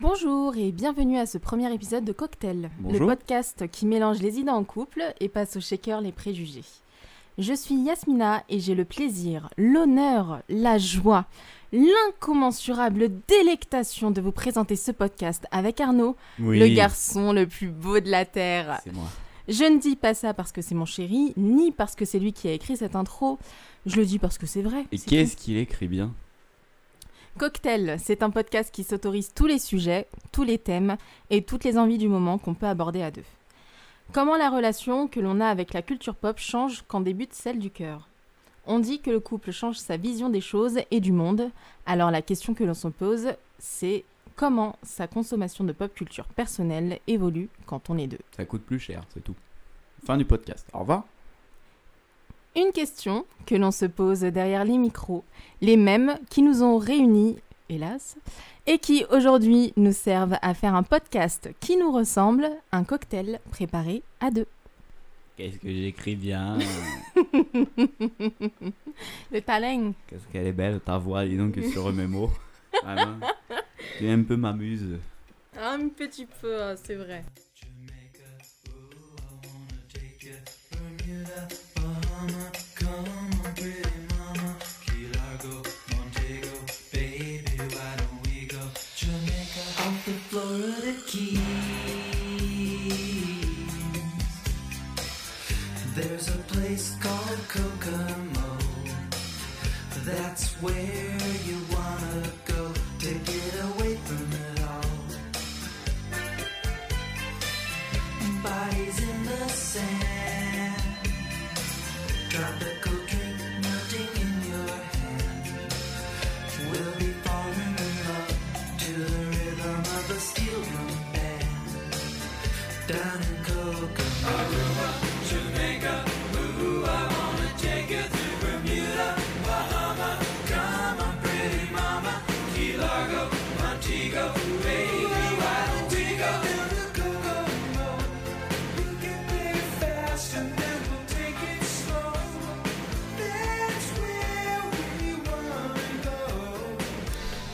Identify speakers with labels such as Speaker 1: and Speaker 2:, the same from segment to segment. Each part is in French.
Speaker 1: Bonjour et bienvenue à ce premier épisode de Cocktail, le
Speaker 2: Bonjour.
Speaker 1: podcast qui mélange les idées en couple et passe au shaker les préjugés. Je suis Yasmina et j'ai le plaisir, l'honneur, la joie, l'incommensurable délectation de vous présenter ce podcast avec Arnaud,
Speaker 2: Oui.
Speaker 1: le garçon le plus beau de la Terre.
Speaker 2: C'est moi.
Speaker 1: Je ne dis pas ça parce que c'est mon chéri, ni parce que c'est lui qui a écrit cette intro. Je le dis parce que c'est vrai.
Speaker 2: Et
Speaker 1: c'est tout.
Speaker 2: qu'est-ce qu'il écrit bien
Speaker 1: Cocktail, c'est un podcast qui s'autorise tous les sujets, tous les thèmes et toutes les envies du moment qu'on peut aborder à deux. Comment la relation que l'on a avec la culture pop change quand débute celle du cœur On dit que le couple change sa vision des choses et du monde, alors la question que l'on se pose, c'est comment sa consommation de pop culture personnelle évolue quand on est deux
Speaker 2: Ça coûte plus cher, c'est tout. Fin du podcast. Au revoir.
Speaker 1: Une question que l'on se pose derrière les micros, les mêmes qui nous ont réunis, hélas, et qui aujourd'hui nous servent à faire un podcast qui nous ressemble, un cocktail préparé à deux.
Speaker 2: Qu'est-ce que j'écris bien
Speaker 1: Le talent
Speaker 2: Qu'est-ce qu'elle est belle, ta voix, dis donc, que sur mes mots. Vraiment. Tu un peu m'amuse.
Speaker 1: Ah, Un petit peu, hein, c'est vrai.
Speaker 3: There's a place called Kokomo. That's where you wanna go to get away from it all. Bodies in the sand, tropical drink melting in your hand. We'll be falling in love to the rhythm of a steel drum band down in Kokomo.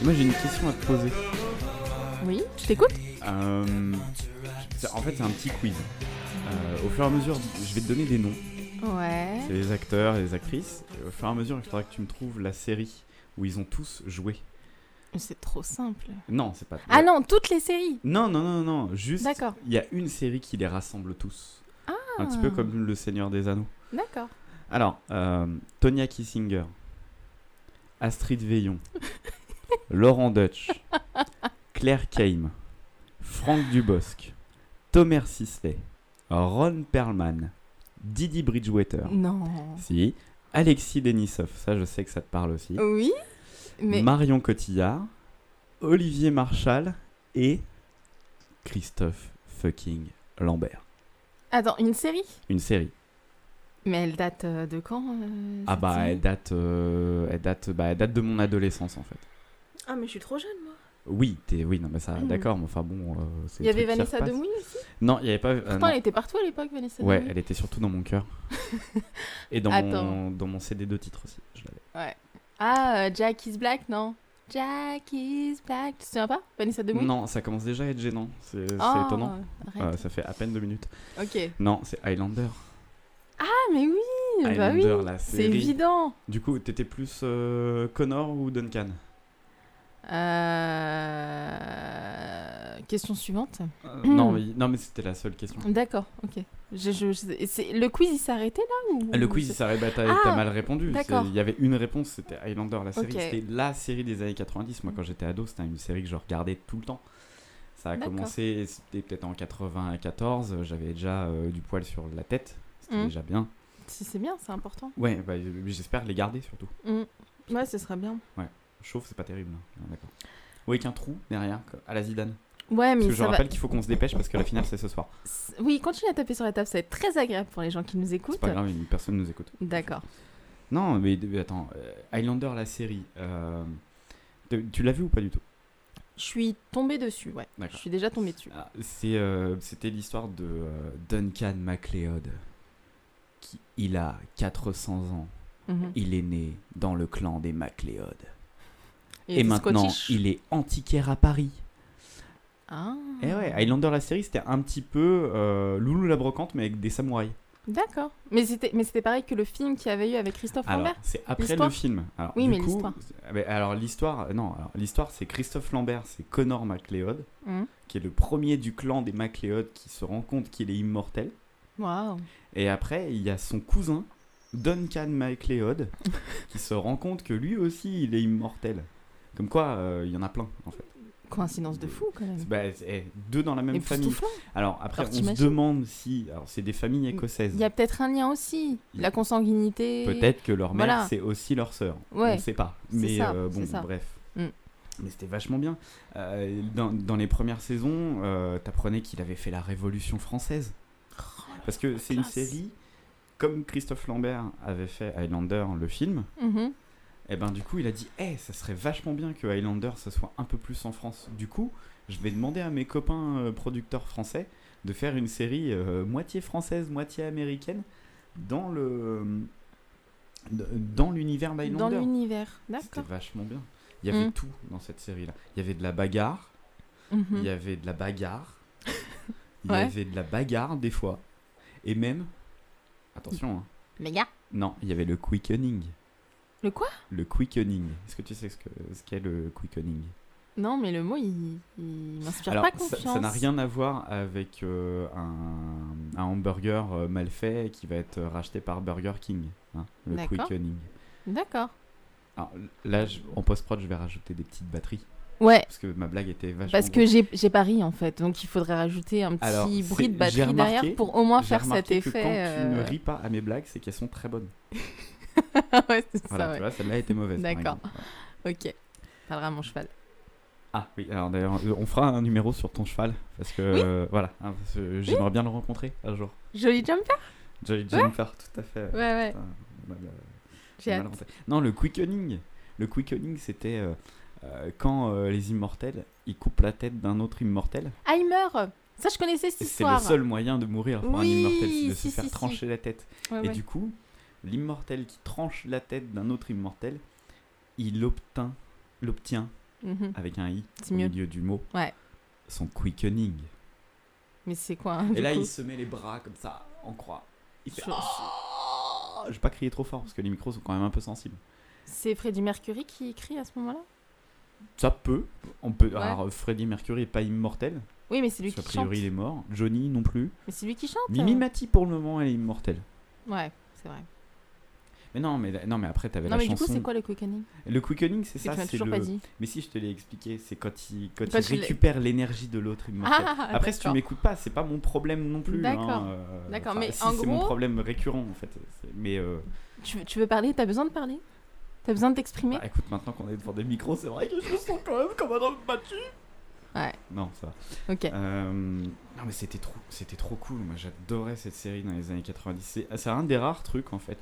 Speaker 2: Moi, j'ai une question à te poser.
Speaker 1: Oui, je t'écoute
Speaker 2: Euh, c'est- en fait, c'est un petit quiz. Euh, au fur et à mesure, je vais te donner des noms.
Speaker 1: Ouais.
Speaker 2: C'est les acteurs et les actrices. Et au fur et à mesure, il faudra que tu me trouves la série où ils ont tous joué.
Speaker 1: C'est trop simple.
Speaker 2: Non, c'est pas.
Speaker 1: Ah non, toutes les séries
Speaker 2: Non, non, non, non, juste.
Speaker 1: D'accord. Ah.
Speaker 2: Il y a une série qui les rassemble tous. Un petit peu comme Le Seigneur des Anneaux.
Speaker 1: D'accord.
Speaker 2: Alors, euh, Tonya Kissinger, Astrid Veillon, Laurent Dutch, Claire Keim, Franck Dubosc, Thomas Sisley, Ron Perlman, Didi Bridgewater,
Speaker 1: Non.
Speaker 2: si, Alexis Denisov, ça je sais que ça te parle aussi,
Speaker 1: Oui Mais
Speaker 2: Marion Cotillard, Olivier Marchal et Christophe fucking Lambert.
Speaker 1: attends, une série
Speaker 2: Une série.
Speaker 1: Mais elle date euh, de quand euh,
Speaker 2: Ah
Speaker 1: cette
Speaker 2: bah
Speaker 1: série
Speaker 2: elle date, euh, elle date, bah, elle date de mon adolescence en fait.
Speaker 1: Ah mais je suis trop jeune moi.
Speaker 2: Oui, t'es, oui, non, mais ça,
Speaker 1: Mm.
Speaker 2: d'accord, mais enfin bon. euh, c'est
Speaker 1: Il y
Speaker 2: des
Speaker 1: avait
Speaker 2: trucs qui
Speaker 1: Vanessa
Speaker 2: repassent.
Speaker 1: Demouy aussi
Speaker 2: Non, il y avait pas. euh,
Speaker 1: Pourtant,
Speaker 2: non.
Speaker 1: elle était partout à l'époque, Vanessa
Speaker 2: Ouais,
Speaker 1: Demouy.
Speaker 2: elle était surtout dans mon cœur. Et dans
Speaker 1: Attends.
Speaker 2: mon, dans mon CD de titre aussi. Je l'avais.
Speaker 1: Ah, euh, Jack is Black, non Jack is Black. Tu te souviens pas Vanessa Demouy
Speaker 2: Non, ça commence déjà à être gênant. C'est, c'est
Speaker 1: Oh,
Speaker 2: étonnant.
Speaker 1: arrête.
Speaker 2: Euh, ça fait à peine deux minutes.
Speaker 1: Ok.
Speaker 2: Non, c'est Highlander.
Speaker 1: Ah, mais oui Bah oui
Speaker 2: Highlander, la
Speaker 1: C'est
Speaker 2: série.
Speaker 1: évident
Speaker 2: Du coup, t'étais plus euh, Connor ou Duncan
Speaker 1: Euh, Question suivante.
Speaker 2: Euh,
Speaker 1: Hmm.
Speaker 2: non, mais, non, mais c'était la seule question.
Speaker 1: D'accord, ok. Je, je- je- c'est- Le quiz, il s'arrêtait là ou...
Speaker 2: Le quiz, il s'arrête, bah, t'as
Speaker 1: Ah,
Speaker 2: t'as mal répondu. C'est-
Speaker 1: d'accord.
Speaker 2: Il y avait une réponse, c'était Highlander, la série.
Speaker 1: Ok.
Speaker 2: C'était la série des années 90. Moi, quand j'étais ado, c'était une série que je regardais tout le temps. Ça a
Speaker 1: D'accord.
Speaker 2: commencé, c'était peut-être en 94. euh, J'avais déjà euh, du poil sur la tête. C'était
Speaker 1: Mm.
Speaker 2: déjà bien.
Speaker 1: Si, C'est bien, c'est important.
Speaker 2: Ouais, bah, euh, j'espère les garder surtout.
Speaker 1: Mm. Ouais, ce serait bien.
Speaker 2: Chauve, c'est pas terrible. Ah, D'accord. Ou avec un trou derrière, quoi, à la Zidane.
Speaker 1: Ouais, mais
Speaker 2: Parce que je
Speaker 1: ça va...
Speaker 2: rappelle qu'il faut qu'on se dépêche parce que la finale, c'est ce soir.
Speaker 1: S- Oui, continue à taper sur la table, ça va être très agréable pour les gens qui nous
Speaker 2: C'est
Speaker 1: écoutent.
Speaker 2: pas grave, une personne nous écoute.
Speaker 1: D'accord.
Speaker 2: Non, mais euh, attends, euh, Highlander, la série. euh, tu- tu l'as vu ou pas du tout
Speaker 1: Je suis tombée dessus, ouais. Je
Speaker 2: D'accord.
Speaker 1: suis déjà tombée dessus.
Speaker 2: Ah, c'est, euh, c'était l'histoire de euh, Duncan MacLeod. Qui, il a 400 ans.
Speaker 1: Mhm.
Speaker 2: Il est né dans le clan des MacLeod.
Speaker 1: Il
Speaker 2: Et
Speaker 1: était
Speaker 2: maintenant,
Speaker 1: Scottish.
Speaker 2: il est antiquaire à Paris.
Speaker 1: Ah,
Speaker 2: Et Eh ouais, Highlander la série, c'était un petit peu euh, Loulou la brocante, mais avec des samouraïs.
Speaker 1: D'accord. Mais c'était, mais c'était pareil que le film qu'il y avait eu avec Christophe
Speaker 2: Alors,
Speaker 1: Lambert.
Speaker 2: c'est après le
Speaker 1: Oh, L'histoire
Speaker 2: film. Alors,
Speaker 1: Oui,
Speaker 2: du
Speaker 1: mais
Speaker 2: coup,
Speaker 1: l'histoire.
Speaker 2: c'est- ah, mais Alors, l'histoire, non, alors, l'histoire, c'est Christophe Lambert, c'est Connor MacLeod,
Speaker 1: Hum.
Speaker 2: qui est le premier du clan des MacLeod qui se rend compte qu'il est immortel.
Speaker 1: Waouh.
Speaker 2: Et après, il y a son cousin, Duncan MacLeod, qui se rend compte que lui aussi, il est immortel. Comme quoi, euh, il y en a plein, en fait.
Speaker 1: Coïncidence de fou quand même.
Speaker 2: Bah, c'est- eh, deux dans la même famille.
Speaker 1: Époustouflant.
Speaker 2: Alors, après,
Speaker 1: Alors,
Speaker 2: on se
Speaker 1: t'imagines
Speaker 2: demande si. Alors, c'est des familles écossaises.
Speaker 1: Il y a peut-être un lien aussi. La consanguinité.
Speaker 2: Peut-être que leur mère,
Speaker 1: Voilà.
Speaker 2: c'est aussi leur sœur. On
Speaker 1: Ouais.
Speaker 2: ne sait pas.
Speaker 1: C'est
Speaker 2: Mais
Speaker 1: ça,
Speaker 2: euh,
Speaker 1: c'est
Speaker 2: bon,
Speaker 1: ça.
Speaker 2: bref.
Speaker 1: Mm.
Speaker 2: Mais c'était vachement bien. Euh, dans, dans les premières saisons, euh, t'apprenais qu'il avait fait la Révolution française. Parce que c'est une
Speaker 1: classe.
Speaker 2: série, comme Christophe Lambert avait fait Highlander, le film,
Speaker 1: Mhm.
Speaker 2: et ben du coup il a dit Eh, ça serait vachement bien que Highlander, ça soit un peu plus en France. Du coup, je vais demander à mes copains euh, producteurs français de faire une série euh, moitié française, moitié américaine dans le dans l'univers
Speaker 1: Dans
Speaker 2: d'Highlander.
Speaker 1: l'univers.
Speaker 2: Ah, C'était
Speaker 1: D'accord.
Speaker 2: vachement bien. Il y avait
Speaker 1: Mm.
Speaker 2: tout dans cette série-là. Il y avait de la bagarre,
Speaker 1: Mhm.
Speaker 2: il y avait de la bagarre, il y
Speaker 1: Ouais.
Speaker 2: avait de la bagarre des fois. Et même, attention, hein.
Speaker 1: Les gars.
Speaker 2: non, il y avait le quickening.
Speaker 1: Le quoi
Speaker 2: Le quickening. Est-ce que tu sais ce que- ce qu'est le quickening
Speaker 1: Non, mais le mot, il, il m'inspire
Speaker 2: Alors,
Speaker 1: pas
Speaker 2: ça-
Speaker 1: confiance.
Speaker 2: ça n'a rien à voir avec euh, un, un hamburger euh, mal fait qui va être euh, racheté par Burger King. hein, le
Speaker 1: D'accord.
Speaker 2: quickening.
Speaker 1: D'accord.
Speaker 2: Alors, là, je- en post-prod, je vais rajouter des petites batteries.
Speaker 1: Ouais,
Speaker 2: Parce que ma blague était vachement.
Speaker 1: parce que j'ai j'ai pas ri en fait, donc il faudrait rajouter un petit
Speaker 2: Alors, c'est-
Speaker 1: bruit de
Speaker 2: j'ai
Speaker 1: batterie
Speaker 2: remarqué-
Speaker 1: derrière pour au moins
Speaker 2: J'ai
Speaker 1: faire cet
Speaker 2: remarqué que
Speaker 1: effet.
Speaker 2: Quand tu ne
Speaker 1: euh,
Speaker 2: ris pas à mes blagues, c'est qu'elles sont très bonnes.
Speaker 1: ouais, c'est
Speaker 2: Voilà,
Speaker 1: ça,
Speaker 2: tu
Speaker 1: ouais.
Speaker 2: vois, celle-là était mauvaise. par
Speaker 1: D'accord.
Speaker 2: exemple. Voilà.
Speaker 1: Ok. Parlera à mon cheval.
Speaker 2: Ah oui, alors d'ailleurs, euh, on fera un numéro sur ton cheval. Parce que euh, voilà, hein, parce que j'aimerais bien le rencontrer un jour.
Speaker 1: Joli jumper
Speaker 2: Jolly Jumper, tout à fait. euh,
Speaker 1: Ouais, ouais.
Speaker 2: Putain, on a bien-
Speaker 1: J'ai
Speaker 2: on a
Speaker 1: hâte.
Speaker 2: le rencontré. Non, le quickening. Le quickening, c'était euh, euh, quand euh, les immortels, ils coupent la tête d'un autre immortel.
Speaker 1: Ah, il meurt Ça, je connaissais cette
Speaker 2: Et C'est le
Speaker 1: histoire.
Speaker 2: seul moyen de mourir pour un
Speaker 1: Oui,
Speaker 2: immortel, c'est de
Speaker 1: si,
Speaker 2: se faire
Speaker 1: si, si.
Speaker 2: trancher la tête.
Speaker 1: Ouais,
Speaker 2: Et
Speaker 1: ouais.
Speaker 2: du coup, l'immortel qui tranche la tête d'un autre immortel, il obtint, l'obtient
Speaker 1: Mhm.
Speaker 2: avec un i
Speaker 1: C'est
Speaker 2: au
Speaker 1: mieux.
Speaker 2: milieu du mot.
Speaker 1: Ouais.
Speaker 2: Son quickening.
Speaker 1: Mais c'est quoi hein,
Speaker 2: Et
Speaker 1: du
Speaker 2: là,
Speaker 1: coup
Speaker 2: il se met les bras comme ça en croix. Il fait.
Speaker 1: Je-
Speaker 2: oh. Ah Je vais pas crier trop fort parce que les micros sont quand même un peu sensibles.
Speaker 1: C'est Freddie Mercury qui écrit à ce moment-là
Speaker 2: Ça peut. On peut.
Speaker 1: Ouais.
Speaker 2: Alors, Freddie Mercury est pas immortel.
Speaker 1: Oui, mais c'est lui
Speaker 2: parce qu'a
Speaker 1: qui chante. Ah,
Speaker 2: priori, il est mort. Johnny non plus.
Speaker 1: Mais c'est lui qui chante
Speaker 2: Mimi Mati pour le moment, elle est immortelle.
Speaker 1: Ouais, c'est vrai.
Speaker 2: Mais non, mais non, mais après t'avais
Speaker 1: Non,
Speaker 2: la
Speaker 1: mais du
Speaker 2: chanson.
Speaker 1: coup, c'est quoi le quickening
Speaker 2: le quickening, c'est
Speaker 1: Que
Speaker 2: ça.
Speaker 1: tu m'as
Speaker 2: c'est
Speaker 1: toujours
Speaker 2: le...
Speaker 1: pas dit.
Speaker 2: Mais si, je te l'ai expliqué, c'est quand il, quand
Speaker 1: Quand
Speaker 2: il
Speaker 1: tu l'es-
Speaker 2: récupère l'énergie de l'autre immortel.
Speaker 1: Ah,
Speaker 2: Après, si tu
Speaker 1: d'accord.
Speaker 2: m'écoutes pas, c'est pas mon problème non plus. hein,
Speaker 1: D'accord.
Speaker 2: euh,
Speaker 1: D'accord,
Speaker 2: enfin,
Speaker 1: mais
Speaker 2: si,
Speaker 1: en
Speaker 2: c'est mon
Speaker 1: gros-
Speaker 2: problème récurrent en fait. C'est- Mais euh,
Speaker 1: Tu veux, tu veux parler T'as besoin de parler T'as besoin de t'exprimer
Speaker 2: bah, écoute, maintenant qu'on est devant des micros, c'est vrai que je me sens quand même comme un homme battu.
Speaker 1: Ouais.
Speaker 2: Non, ça. va.
Speaker 1: Ok.
Speaker 2: Euh, non, mais c'était trop, c'était trop cool. Moi, j'adorais cette série dans les années 90. C'est- C'est un des rares trucs en fait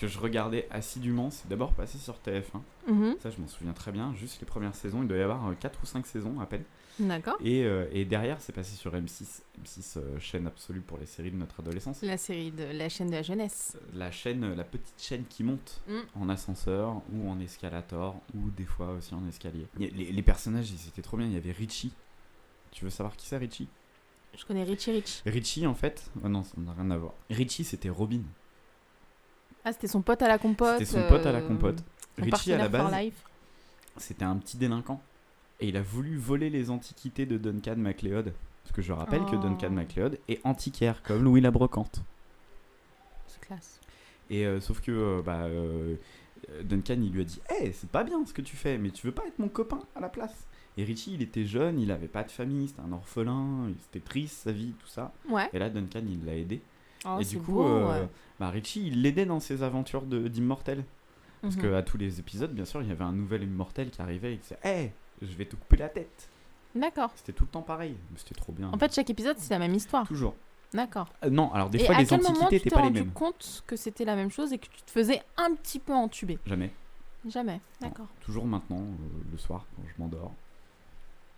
Speaker 2: que je regardais assidûment. C'est d'abord passé sur TF1.
Speaker 1: Mhm.
Speaker 2: Ça, je m'en souviens très bien. Juste les premières saisons, il doit y avoir 4 ou 5 saisons à peine.
Speaker 1: D'accord.
Speaker 2: Et, euh, et derrière, c'est passé sur M6. M6, euh, chaîne absolue pour les séries de notre adolescence.
Speaker 1: C'est la série de la chaîne de la jeunesse.
Speaker 2: La chaîne, la petite chaîne qui monte
Speaker 1: Mm.
Speaker 2: en ascenseur ou en escalator ou des fois aussi en escalier. Il y a- Les, les personnages, ils étaient trop bien. Il y avait Richie. Tu veux savoir qui c'est Richie
Speaker 1: Je connais Richie Rich.
Speaker 2: Richie, en fait, ah non, ça n'a rien à voir. Richie, c'était Robin.
Speaker 1: Ah, c'était son pote à la compote.
Speaker 2: C'était son pote à la
Speaker 1: euh,
Speaker 2: compote.
Speaker 1: son
Speaker 2: Richie, à la
Speaker 1: partenaire for
Speaker 2: base,
Speaker 1: life.
Speaker 2: c'était un petit délinquant. Et il a voulu voler les antiquités de Duncan MacLeod. Parce que je rappelle que
Speaker 1: Oh.
Speaker 2: Duncan MacLeod est antiquaire, comme Louis la Brocante.
Speaker 1: C'est classe.
Speaker 2: Et euh, sauf que euh, bah, euh, Duncan, il lui a dit Hey, c'est pas bien ce que tu fais, mais tu veux pas être mon copain à la place Et Richie, il était jeune, il avait pas de famille, c'était un orphelin, il- c'était triste sa vie, tout ça.
Speaker 1: Ouais.
Speaker 2: Et là, Duncan, il l'a aidé.
Speaker 1: Oh,
Speaker 2: et
Speaker 1: c'est
Speaker 2: du coup,
Speaker 1: beau,
Speaker 2: euh,
Speaker 1: ouais.
Speaker 2: bah, Richie, il l'aidait dans ses aventures de- d'immortel. Parce
Speaker 1: Mhm.
Speaker 2: que à tous les épisodes, bien sûr, il y avait un nouvel immortel qui arrivait et qui disait Hey, je vais te couper la tête
Speaker 1: D'accord.
Speaker 2: C'était tout le temps pareil. Mais C'était trop bien.
Speaker 1: En fait, chaque épisode, c'est la même histoire.
Speaker 2: toujours.
Speaker 1: D'accord.
Speaker 2: Euh, non, alors des
Speaker 1: et
Speaker 2: fois,
Speaker 1: à
Speaker 2: les
Speaker 1: quel moment
Speaker 2: antiquités
Speaker 1: tu
Speaker 2: étaient
Speaker 1: t'es
Speaker 2: pas les
Speaker 1: rendu
Speaker 2: mêmes.
Speaker 1: compte que c'était la même chose et que tu te faisais un petit peu entuber
Speaker 2: Jamais.
Speaker 1: Jamais. D'accord.
Speaker 2: Toujours maintenant, euh, le soir, quand je m'endors.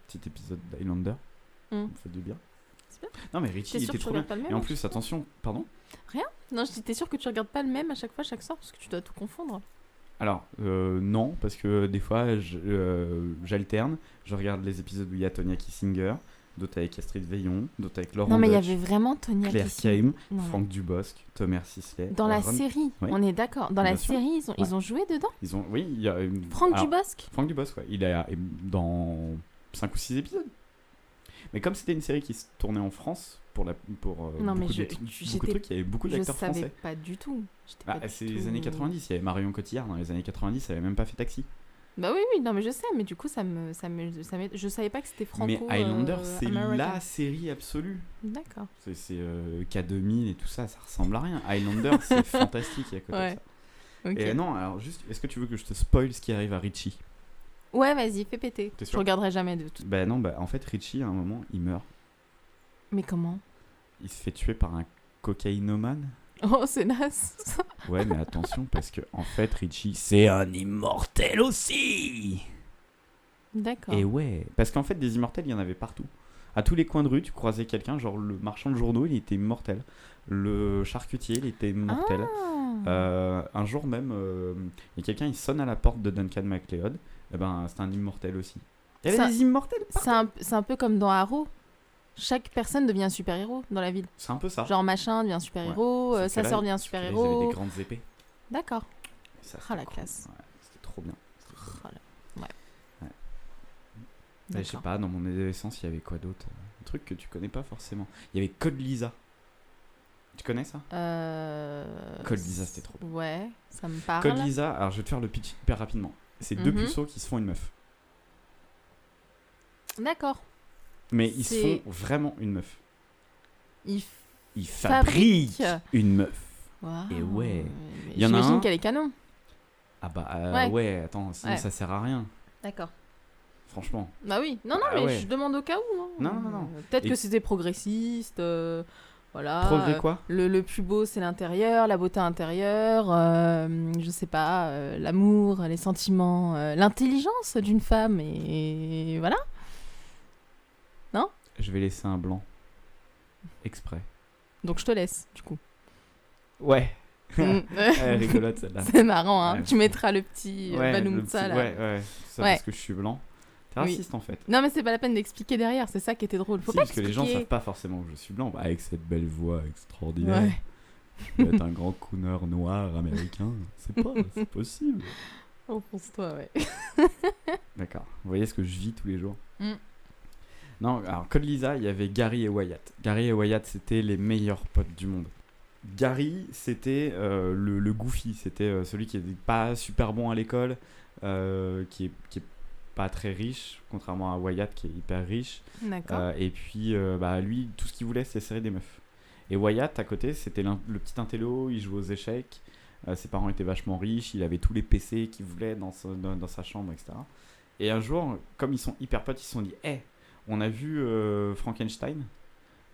Speaker 2: Petit épisode d'Highlander.
Speaker 1: Hmm.
Speaker 2: Ça me fait du bien.
Speaker 1: C'est bien.
Speaker 2: Non, mais Richie,
Speaker 1: T'es
Speaker 2: il
Speaker 1: sûr que
Speaker 2: était
Speaker 1: tu
Speaker 2: trop bien.
Speaker 1: regardes pas le même
Speaker 2: Et en
Speaker 1: hein
Speaker 2: plus, attention, pardon
Speaker 1: Non, je dis, t'es sûr que tu regardes pas le même à chaque fois, chaque sort, parce que tu dois tout confondre.
Speaker 2: Alors, euh, non, parce que des fois, je- euh, j'alterne. je regarde les épisodes où il y a Tonya Kissinger, d'autres avec Astrid Veillon, d'autres avec Laurent
Speaker 1: Non, mais il y
Speaker 2: Dutch,
Speaker 1: avait vraiment Tonya
Speaker 2: Claire
Speaker 1: Kissinger.
Speaker 2: Caim,
Speaker 1: Non, non.
Speaker 2: Franck Dubosc, Thomas Sisley.
Speaker 1: Dans la
Speaker 2: Ron-
Speaker 1: série,
Speaker 2: Oui.
Speaker 1: on est d'accord. Dans
Speaker 2: Bien
Speaker 1: la
Speaker 2: sûr.
Speaker 1: série, ils ont, ils ont joué dedans
Speaker 2: Ils ont, oui, il y a une- Ah,
Speaker 1: Franck
Speaker 2: alors,
Speaker 1: Dubosc
Speaker 2: Franck Dubosc, ouais. Il est à- dans 5 ou 6 épisodes. Mais comme c'était une série qui se tournait en France, pour, la, pour euh,
Speaker 1: Non, mais
Speaker 2: beaucoup,
Speaker 1: je-
Speaker 2: de, tru-
Speaker 1: je-
Speaker 2: beaucoup de
Speaker 1: j'étais-
Speaker 2: trucs, il y avait beaucoup
Speaker 1: Je
Speaker 2: d'acteurs
Speaker 1: savais
Speaker 2: français.
Speaker 1: pas du tout. J'étais
Speaker 2: Bah,
Speaker 1: pas du
Speaker 2: c'est les
Speaker 1: tout-
Speaker 2: années 90, il y avait Marion Cotillard dans les années 90, elle avait même pas fait taxi.
Speaker 1: Bah oui, oui, non, mais je sais, mais du coup, ça me. Ça me, ça me- je savais pas que c'était
Speaker 2: mais
Speaker 1: franco.
Speaker 2: Highlander,
Speaker 1: euh,
Speaker 2: c'est
Speaker 1: American.
Speaker 2: la série absolue.
Speaker 1: D'accord.
Speaker 2: C'est c'est, euh, K2000 et tout ça, ça ressemble à rien. Highlander, c'est fantastique à côté
Speaker 1: Ouais,
Speaker 2: de ça.
Speaker 1: ok.
Speaker 2: Et euh, non, alors juste, est-ce que tu veux que je te spoil ce qui arrive à Richie
Speaker 1: Ouais, vas-y, fais péter.
Speaker 2: T'es
Speaker 1: Je
Speaker 2: sûr
Speaker 1: regarderai jamais de tout.
Speaker 2: Bah non, bah en fait, Richie, à un moment, il meurt.
Speaker 1: Mais comment
Speaker 2: Il se fait tuer par un cocaïnomane.
Speaker 1: Oh, c'est naze.
Speaker 2: Ouais, mais attention, parce que en fait, Richie, c'est un immortel aussi
Speaker 1: D'accord.
Speaker 2: Et ouais, parce qu'en fait, des immortels, il y en avait partout. À tous les coins de rue, tu croisais quelqu'un, genre le marchand de journaux, il était immortel. Le charcutier, il était immortel.
Speaker 1: Ah.
Speaker 2: Euh, un jour même, euh, il y a quelqu'un, il sonne à la porte de Duncan MacLeod. Et ben, c'est un immortel aussi. Il y avait
Speaker 1: Ça-
Speaker 2: des immortels partout.
Speaker 1: C'est un, c'est un peu comme dans Arrow. Chaque personne devient un super-héros dans la ville.
Speaker 2: C'est un peu ça.
Speaker 1: Genre machin devient un super-héros,
Speaker 2: Ah. Ouais,
Speaker 1: euh,
Speaker 2: sauf que
Speaker 1: sa
Speaker 2: là,
Speaker 1: sœur devient un
Speaker 2: Parce que là, Ils avaient des
Speaker 1: super-héros.
Speaker 2: grandes épées.
Speaker 1: D'accord.
Speaker 2: Et ça,
Speaker 1: Ah,
Speaker 2: c'était
Speaker 1: la
Speaker 2: cool.
Speaker 1: classe.
Speaker 2: Ouais, c'était trop bien. C'était trop bien.
Speaker 1: Oh là, Ouais.
Speaker 2: Ouais. Ouais, Je sais
Speaker 1: D'accord.
Speaker 2: pas, dans mon adolescence, il y avait quoi d'autre euh, Un truc que tu connais pas forcément. Il y avait Code Lisa. Tu connais ça
Speaker 1: Euh...
Speaker 2: Code Lisa, c'était trop bien.
Speaker 1: Ouais, ça me parle.
Speaker 2: Code Lisa, alors je vais te faire le pitch hyper rapidement. C'est deux
Speaker 1: Mhm.
Speaker 2: puceaux qui se font une meuf.
Speaker 1: D'accord.
Speaker 2: Mais ils se
Speaker 1: C'est-
Speaker 2: font vraiment une meuf.
Speaker 1: Il...
Speaker 2: Ils
Speaker 1: Fabriquent.
Speaker 2: fabriquent une meuf.
Speaker 1: Waouh.
Speaker 2: Et ouais.
Speaker 1: Mais
Speaker 2: Il y en a
Speaker 1: J'imagine
Speaker 2: un-
Speaker 1: qu'elle est canon.
Speaker 2: Ah bah euh,
Speaker 1: Ouais.
Speaker 2: ouais. attends, sinon
Speaker 1: Ouais.
Speaker 2: ça sert à rien,
Speaker 1: D'accord.
Speaker 2: franchement.
Speaker 1: Bah oui. Non, non,
Speaker 2: Ah
Speaker 1: mais
Speaker 2: ouais.
Speaker 1: je demande au cas où. hein.
Speaker 2: Non, non, non.
Speaker 1: Euh, Peut-être
Speaker 2: Et-
Speaker 1: que c'était progressiste. euh, Voilà.
Speaker 2: Progrès
Speaker 1: euh,
Speaker 2: quoi
Speaker 1: Le, le plus beau, c'est l'intérieur, la beauté intérieure, euh, je sais pas, euh, l'amour, les sentiments, euh, l'intelligence d'une femme, et, et voilà.
Speaker 2: Je vais laisser un blanc. Exprès.
Speaker 1: Donc je te laisse, du coup.
Speaker 2: Ouais.
Speaker 1: Mm.
Speaker 2: Elle est rigolote celle-là.
Speaker 1: c'est marrant, hein.
Speaker 2: Ouais.
Speaker 1: Tu mettras le petit euh,
Speaker 2: Ouais, le
Speaker 1: Baloumtsa,
Speaker 2: petit-
Speaker 1: là.
Speaker 2: ouais, ouais. Ça
Speaker 1: Ouais.
Speaker 2: parce que je suis blanc. T'es
Speaker 1: Oui.
Speaker 2: raciste en fait.
Speaker 1: Non, mais c'est pas la peine d'expliquer derrière, c'est ça qui était drôle. Faut
Speaker 2: Si,
Speaker 1: pas
Speaker 2: parce que les gens
Speaker 1: expliquer.
Speaker 2: savent pas forcément que je suis blanc. Bah, avec cette belle voix extraordinaire.
Speaker 1: Ouais.
Speaker 2: Je vais être un grand cooneur noir américain. C'est pas, c'est possible.
Speaker 1: Enfonce-toi, Oh, ouais.
Speaker 2: Euh, D'accord. Vous voyez ce que je vis tous les jours.
Speaker 1: Mm.
Speaker 2: Non, alors Code Lisa, il y avait Gary et Wyatt. Gary et Wyatt, c'était les meilleurs potes du monde. Gary, c'était euh, le, le goofy, c'était euh, celui qui n'est pas super bon à l'école, euh, qui, est, qui est pas très riche, contrairement à Wyatt qui est hyper riche.
Speaker 1: D'accord.
Speaker 2: Euh, et puis, euh, bah, lui, tout ce qu'il voulait, c'était serrer des meufs. Et Wyatt, à côté, c'était l'in- le petit intello, il jouait aux échecs, euh, ses parents étaient vachement riches, il avait tous les PC qu'il voulait dans, son- dans, dans sa chambre, etc. Et un jour, comme ils sont hyper potes, ils se sont dit Hé, on a vu euh, Frankenstein,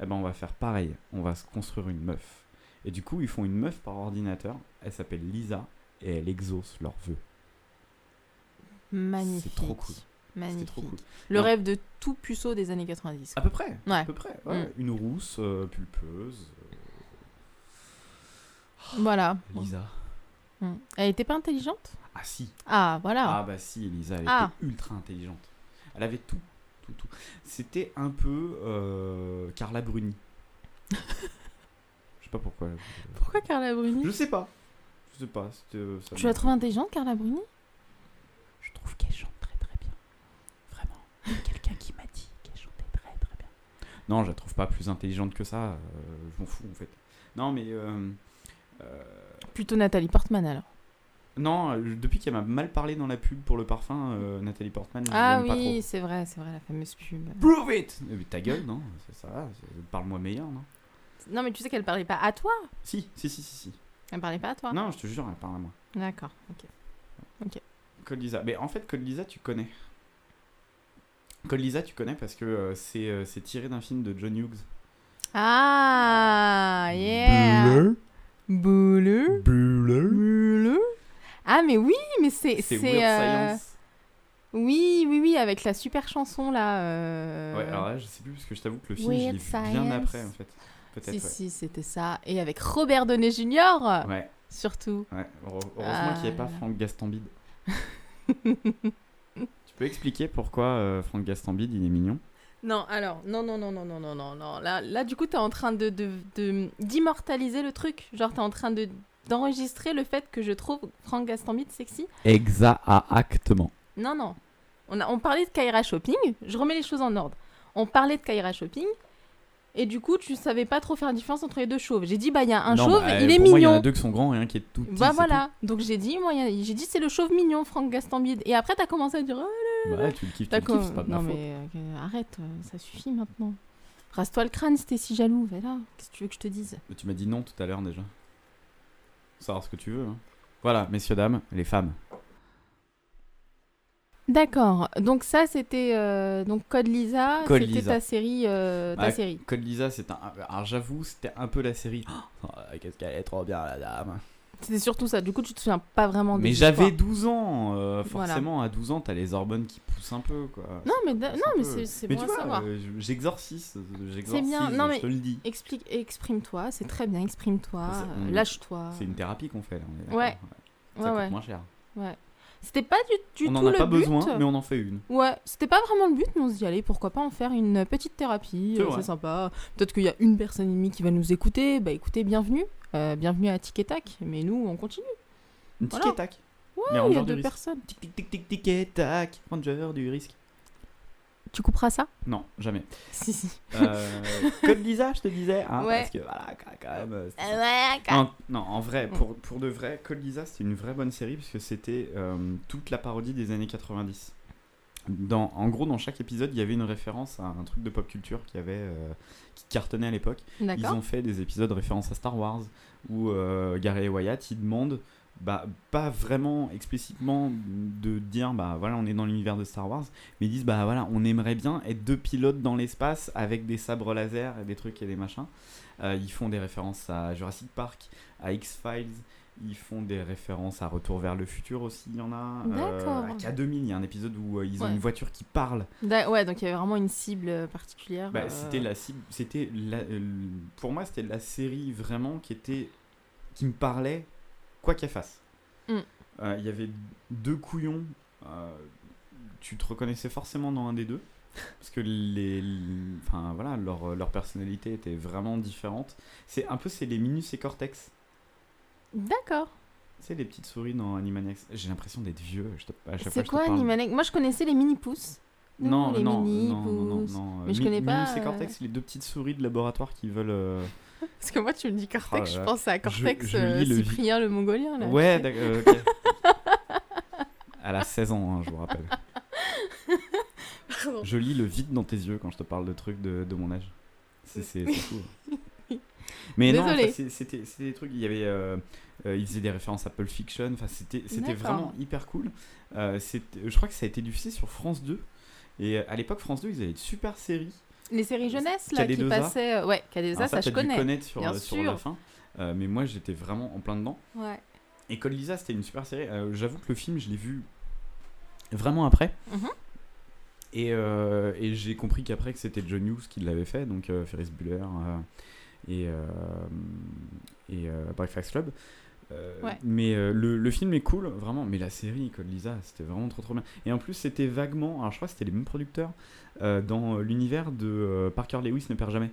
Speaker 2: eh ben on va faire pareil, on va se construire une meuf. Et du coup, ils font une meuf par ordinateur, elle s'appelle Lisa, et elle exauce leurs vœux.
Speaker 1: Magnifique.
Speaker 2: C'est trop cool. C'était
Speaker 1: Magnifique.
Speaker 2: trop cool.
Speaker 1: Le
Speaker 2: Non. Ah.
Speaker 1: rêve de tout puceau des années 90.
Speaker 2: À peu près.
Speaker 1: Ouais.
Speaker 2: À peu près. ouais.
Speaker 1: Mm.
Speaker 2: Une rousse, euh, pulpeuse.
Speaker 1: Voilà.
Speaker 2: euh, Lisa.
Speaker 1: Mm. Elle était pas intelligente
Speaker 2: Ah si.
Speaker 1: Ah,
Speaker 2: Ah,
Speaker 1: voilà.
Speaker 2: bah si, Elisa, elle
Speaker 1: Ah.
Speaker 2: était ultra intelligente. Elle avait tout, tout, tout. C'était un peu euh, Carla Bruni. Je sais pas pourquoi.
Speaker 1: Pourquoi Carla Bruni
Speaker 2: Je sais pas. Je sais pas. c'était, euh, ça
Speaker 1: Tu
Speaker 2: m'a-
Speaker 1: la trouves intelligente, Carla Bruni
Speaker 2: Je trouve qu'elle chante très très bien. Vraiment. Il y a Quelqu'un qui m'a dit qu'elle chantait très très bien. Non, je la trouve pas plus intelligente que ça. euh, je m'en fous en fait. Non, mais. euh, euh,
Speaker 1: Plutôt Nathalie Portman, alors.
Speaker 2: non, euh, depuis qu'elle m'a mal parlé dans la pub pour le parfum, euh, Nathalie Portman, je
Speaker 1: Ah
Speaker 2: l'aime pas trop.
Speaker 1: oui, c'est vrai, c'est vrai, la fameuse pub.
Speaker 2: Prove it Eh, mais Ta gueule, non Ça, ça va, c'est- parle-moi meilleur, non
Speaker 1: Non, mais tu sais qu'elle parlait pas à toi.
Speaker 2: Si, si, si, si, si.
Speaker 1: Elle parlait pas à toi.
Speaker 2: Non, je te jure, elle parle à moi.
Speaker 1: D'accord, ok.
Speaker 2: Code Lisa. Mais en fait, Code Lisa, tu connais. Code Lisa, tu connais parce que euh, c'est euh, c'est tiré d'un film de John Hughes.
Speaker 1: Ah, yeah Bouleux Bouleux Ah, mais oui, mais c'est...
Speaker 2: C'est
Speaker 1: c'est,
Speaker 2: Weird
Speaker 1: euh,
Speaker 2: Science.
Speaker 1: Oui, oui, oui, avec la super chanson, là. euh,
Speaker 2: Ouais, alors là, je sais plus parce que je t'avoue que le film, je
Speaker 1: Weird
Speaker 2: l'ai vu bien
Speaker 1: Science.
Speaker 2: après, en fait. Peut-être,
Speaker 1: Si,
Speaker 2: ouais.
Speaker 1: si, c'était ça. Et avec Robert Downey Jr.
Speaker 2: Ouais.
Speaker 1: surtout.
Speaker 2: Ouais, heure- heureusement
Speaker 1: Ah
Speaker 2: qu'il n'y ait pas
Speaker 1: là là.
Speaker 2: Franck Gastambide. tu peux expliquer pourquoi euh, Franck Gastambide, il est mignon
Speaker 1: Non, alors, non, non, non, non, non, non, non, non. Là, là du coup, t'es en train de, de, de- d'immortaliser le truc. Genre, t'es en train de, d'enregistrer le fait que je trouve Franck Gastambide sexy.
Speaker 2: Exactement.
Speaker 1: Non, non. On, a, on parlait de Kaira Shopping. Je remets les choses en ordre. On parlait de Kaira Shopping. Et du coup, tu savais pas trop faire la différence entre les deux chauves. J'ai dit, bah, il y a un chauve, il est
Speaker 2: pour Moi, il y en a
Speaker 1: mignon.
Speaker 2: deux qui sont grands et un qui est tout petit.
Speaker 1: bah
Speaker 2: c'est
Speaker 1: voilà. Donc j'ai dit, moi, il y a- j'ai dit, c'est le chauve mignon, Franck Gastambide. Et après, t'as commencé à dire, Ah,
Speaker 2: tout. Bah, tu le kiffes, tu
Speaker 1: t'as
Speaker 2: le kiffes, c'est
Speaker 1: com-
Speaker 2: pas de ma
Speaker 1: Non,
Speaker 2: faute.
Speaker 1: mais euh, arrête, euh, ça suffit maintenant. Rase-toi le crâne si t'es si jaloux. Voilà, qu'est-ce que tu veux que je te dise
Speaker 2: Mais Tu m'as dit non tout à l'heure déjà. Faut Savoir ce que tu veux. hein. Voilà, messieurs, dames, les femmes.
Speaker 1: D'accord. Donc ça, c'était euh, donc Code Lisa.
Speaker 2: Code
Speaker 1: c'était
Speaker 2: Lisa.
Speaker 1: ta série, euh, ta
Speaker 2: Bah,
Speaker 1: série.
Speaker 2: Code Lisa, c'est un. Alors j'avoue, c'était un peu la série. Oh, Qu'est-ce qu'elle est trop bien, la dame.
Speaker 1: C'était surtout ça. Du coup, tu te souviens pas vraiment. des
Speaker 2: Mais j'avais
Speaker 1: histoires.
Speaker 2: 12 ans. euh,
Speaker 1: Voilà.
Speaker 2: forcément, à 12 ans, t'as les hormones qui poussent un peu, quoi.
Speaker 1: Non, mais da-
Speaker 2: C'est
Speaker 1: non,
Speaker 2: un
Speaker 1: mais
Speaker 2: peu-
Speaker 1: c'est c'est
Speaker 2: Mais
Speaker 1: bon
Speaker 2: tu
Speaker 1: à
Speaker 2: vois,
Speaker 1: savoir.
Speaker 2: euh, je- j'exorcise, euh, j'exorcise,
Speaker 1: bien, non, mais-
Speaker 2: je te le dis.
Speaker 1: Explique, exprime-toi. C'est très bien. Exprime-toi.
Speaker 2: C'est-
Speaker 1: euh,
Speaker 2: on-
Speaker 1: Lâche-toi.
Speaker 2: C'est une thérapie qu'on fait, là, on est d'accord.
Speaker 1: Ouais,
Speaker 2: Ça
Speaker 1: Ouais,
Speaker 2: coûte
Speaker 1: ouais.
Speaker 2: moins cher.
Speaker 1: ouais. C'était pas du, du tout
Speaker 2: on n'en a
Speaker 1: le
Speaker 2: pas
Speaker 1: but.
Speaker 2: besoin, mais on en fait une.
Speaker 1: Ouais, c'était pas vraiment le but, mais on se dit, allez, pourquoi pas en faire une petite thérapie,
Speaker 2: C'est
Speaker 1: euh,
Speaker 2: vrai.
Speaker 1: c'est sympa. Peut-être qu'il y a une personne et demie qui va nous écouter, bah écoutez, bienvenue. Euh, bienvenue à Tic et Tac, mais nous, on continue.
Speaker 2: Une
Speaker 1: Voilà.
Speaker 2: ticket tac.
Speaker 1: Ah,
Speaker 2: Mais
Speaker 1: il y a
Speaker 2: Ranger du
Speaker 1: deux
Speaker 2: risque.
Speaker 1: personnes.
Speaker 2: Tic tic tic tic ticket tac. Ranger du risque.
Speaker 1: Tu couperas ça
Speaker 2: Non, jamais.
Speaker 1: Si, si.
Speaker 2: Euh, Code Lisa, je te disais. hein,
Speaker 1: Ouais. Ah,
Speaker 2: Parce que voilà, quand- quand même. euh, c'est ça.
Speaker 1: Ouais,
Speaker 2: Non, non, en vrai, pour, pour de vrai, Code Lisa, c'était une vraie bonne série parce que c'était euh, toute la parodie des années 90. Dans, en gros, dans chaque épisode, il y avait une référence à un truc de pop culture qui, avait, euh, qui cartonnait à l'époque. Ils
Speaker 1: D'accord.
Speaker 2: ont fait des épisodes références à Star Wars où euh, Gary et Wyatt, ils demandent, bah, pas vraiment explicitement de dire, bah voilà, on est dans l'univers de Star Wars, mais ils disent, bah voilà, on aimerait bien être deux pilotes dans l'espace avec des sabres laser et des trucs et des machins. Euh, ils font des références à Jurassic Park, à X-Files. Ils font des références à Retour vers le futur aussi, il y en a.
Speaker 1: D'accord.
Speaker 2: Euh, à K2000, il y a un épisode où euh, ils ont
Speaker 1: Ouais.
Speaker 2: une voiture qui parle.
Speaker 1: Da- ouais, donc il y avait vraiment une cible euh, particulière.
Speaker 2: Bah,
Speaker 1: euh,
Speaker 2: c'était la cible, c'était la- euh, pour moi c'était la série vraiment qui était qui me parlait quoi qu'elle fasse.
Speaker 1: Mm.
Speaker 2: Euh, Il y avait deux couillons, euh, tu te reconnaissais forcément dans un des deux parce que les, l- enfin voilà leur, leur personnalité était vraiment différente. C'est un peu c'est les Minus et Cortex,
Speaker 1: D'accord.
Speaker 2: c'est les petites souris dans Animaniacs. J'ai l'impression d'être vieux. je te- à chaque fois,
Speaker 1: C'est
Speaker 2: je te
Speaker 1: quoi
Speaker 2: parle.
Speaker 1: Animaniac Moi, je connaissais les mini-pousses.
Speaker 2: Non,
Speaker 1: les
Speaker 2: non,
Speaker 1: mini
Speaker 2: non, non, non, non.
Speaker 1: Mais je
Speaker 2: Mi-
Speaker 1: connais pas,
Speaker 2: Minus et
Speaker 1: euh,
Speaker 2: Cortex, les deux petites souris de laboratoire qui veulent. euh,
Speaker 1: Parce que moi, tu me dis Cortex,
Speaker 2: Oh là
Speaker 1: je
Speaker 2: là.
Speaker 1: pense à Cortex,
Speaker 2: Je- je
Speaker 1: euh,
Speaker 2: lis le vi-
Speaker 1: Cyprien le Mongolien. Ah, Là,
Speaker 2: Ouais,
Speaker 1: Tu sais.
Speaker 2: d'accord. euh, ok. Elle a 16 ans, hein, je vous rappelle.
Speaker 1: Pardon.
Speaker 2: Je lis le vide dans tes yeux quand je te parle de trucs de, de mon âge. C'est c'est- c'est fou. hein. Mais non,
Speaker 1: Désolée.
Speaker 2: enfin, c'est- c'était c'était des trucs. Il y avait, euh, euh, il faisait des références à Pulp Fiction. Enfin, c'était c'était
Speaker 1: D'accord.
Speaker 2: vraiment hyper cool. Euh, c'était- je crois que ça a été diffusé sur France 2. Et euh, à l'époque, France 2, ils avaient une super série.
Speaker 1: Les séries jeunesse, là, qui
Speaker 2: K2A.
Speaker 1: passaient. euh, Ouais, Kadesa,
Speaker 2: Alors
Speaker 1: ça,
Speaker 2: t'as
Speaker 1: je
Speaker 2: dû
Speaker 1: connais.
Speaker 2: connaître sur,
Speaker 1: bien
Speaker 2: euh, sur la
Speaker 1: sûr.
Speaker 2: fin. Euh, mais moi, j'étais vraiment en plein dedans.
Speaker 1: Ouais.
Speaker 2: Et Code Lisa, c'était une super série. Euh, J'avoue que le film, je l'ai vu vraiment après.
Speaker 1: Mhm.
Speaker 2: Et, euh, et j'ai compris qu'après, que c'était John Hughes qui l'avait fait, donc euh, Ferris Bueller euh, et, euh, et euh, Breakfast Club. Euh,
Speaker 1: Ouais.
Speaker 2: Mais euh, le, le film est cool, vraiment. Mais la série, Code Lisa, c'était vraiment trop trop bien. Et en plus, c'était vaguement, alors je crois que c'était les mêmes producteurs, euh, dans euh, l'univers de euh, Parker Lewis ne perd jamais.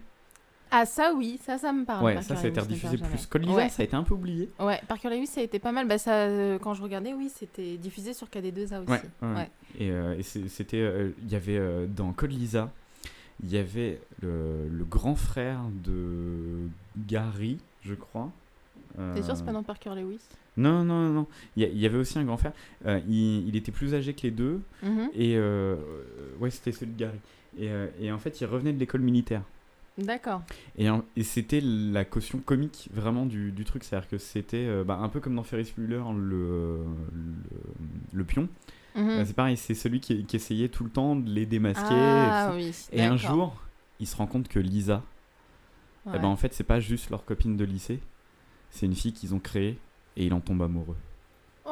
Speaker 1: Ah, ça, oui, ça, ça me parle.
Speaker 2: ouais,
Speaker 1: Ah, Parker
Speaker 2: ça, ça a été
Speaker 1: Lewis,
Speaker 2: rediffusé
Speaker 1: Never
Speaker 2: plus.
Speaker 1: Jamais.
Speaker 2: Code Lisa,
Speaker 1: Ouais.
Speaker 2: ça a été un peu oublié.
Speaker 1: Ouais, Parker Lewis, ça a été pas mal. Bah, ça, euh, quand je regardais, oui, c'était diffusé sur KD2A aussi.
Speaker 2: Ouais, ouais.
Speaker 1: Ouais.
Speaker 2: Et, euh, et c'est- c'était. euh, Il y avait euh, dans Code Lisa, il y avait le, le grand frère de Gary, je crois.
Speaker 1: T'es sûr, c'est pas
Speaker 2: Euh,
Speaker 1: dans Parker Lewis
Speaker 2: Non, non, non, non. Il y, a- il y avait aussi un grand frère. Euh, il, il était plus âgé que les deux.
Speaker 1: Mhm.
Speaker 2: Et. euh, euh, ouais, c'était celui de Gary. Et, euh, et en fait, il revenait de l'école militaire.
Speaker 1: D'accord.
Speaker 2: Et, en- et c'était la caution comique vraiment du, du truc. C'est-à-dire que c'était euh, bah, un peu comme dans Ferris Bueller, le- le, le pion.
Speaker 1: Mhm.
Speaker 2: Bah, c'est pareil, c'est celui qui, qui essayait tout le temps de les démasquer.
Speaker 1: ah,
Speaker 2: et tout ça.
Speaker 1: oui.
Speaker 2: et un
Speaker 1: d'accord.
Speaker 2: jour, il se rend compte que Lisa, eh
Speaker 1: Ouais.
Speaker 2: ben, en fait, c'est pas juste leur copine de lycée, c'est une fille qu'ils ont créée et il en tombe amoureux.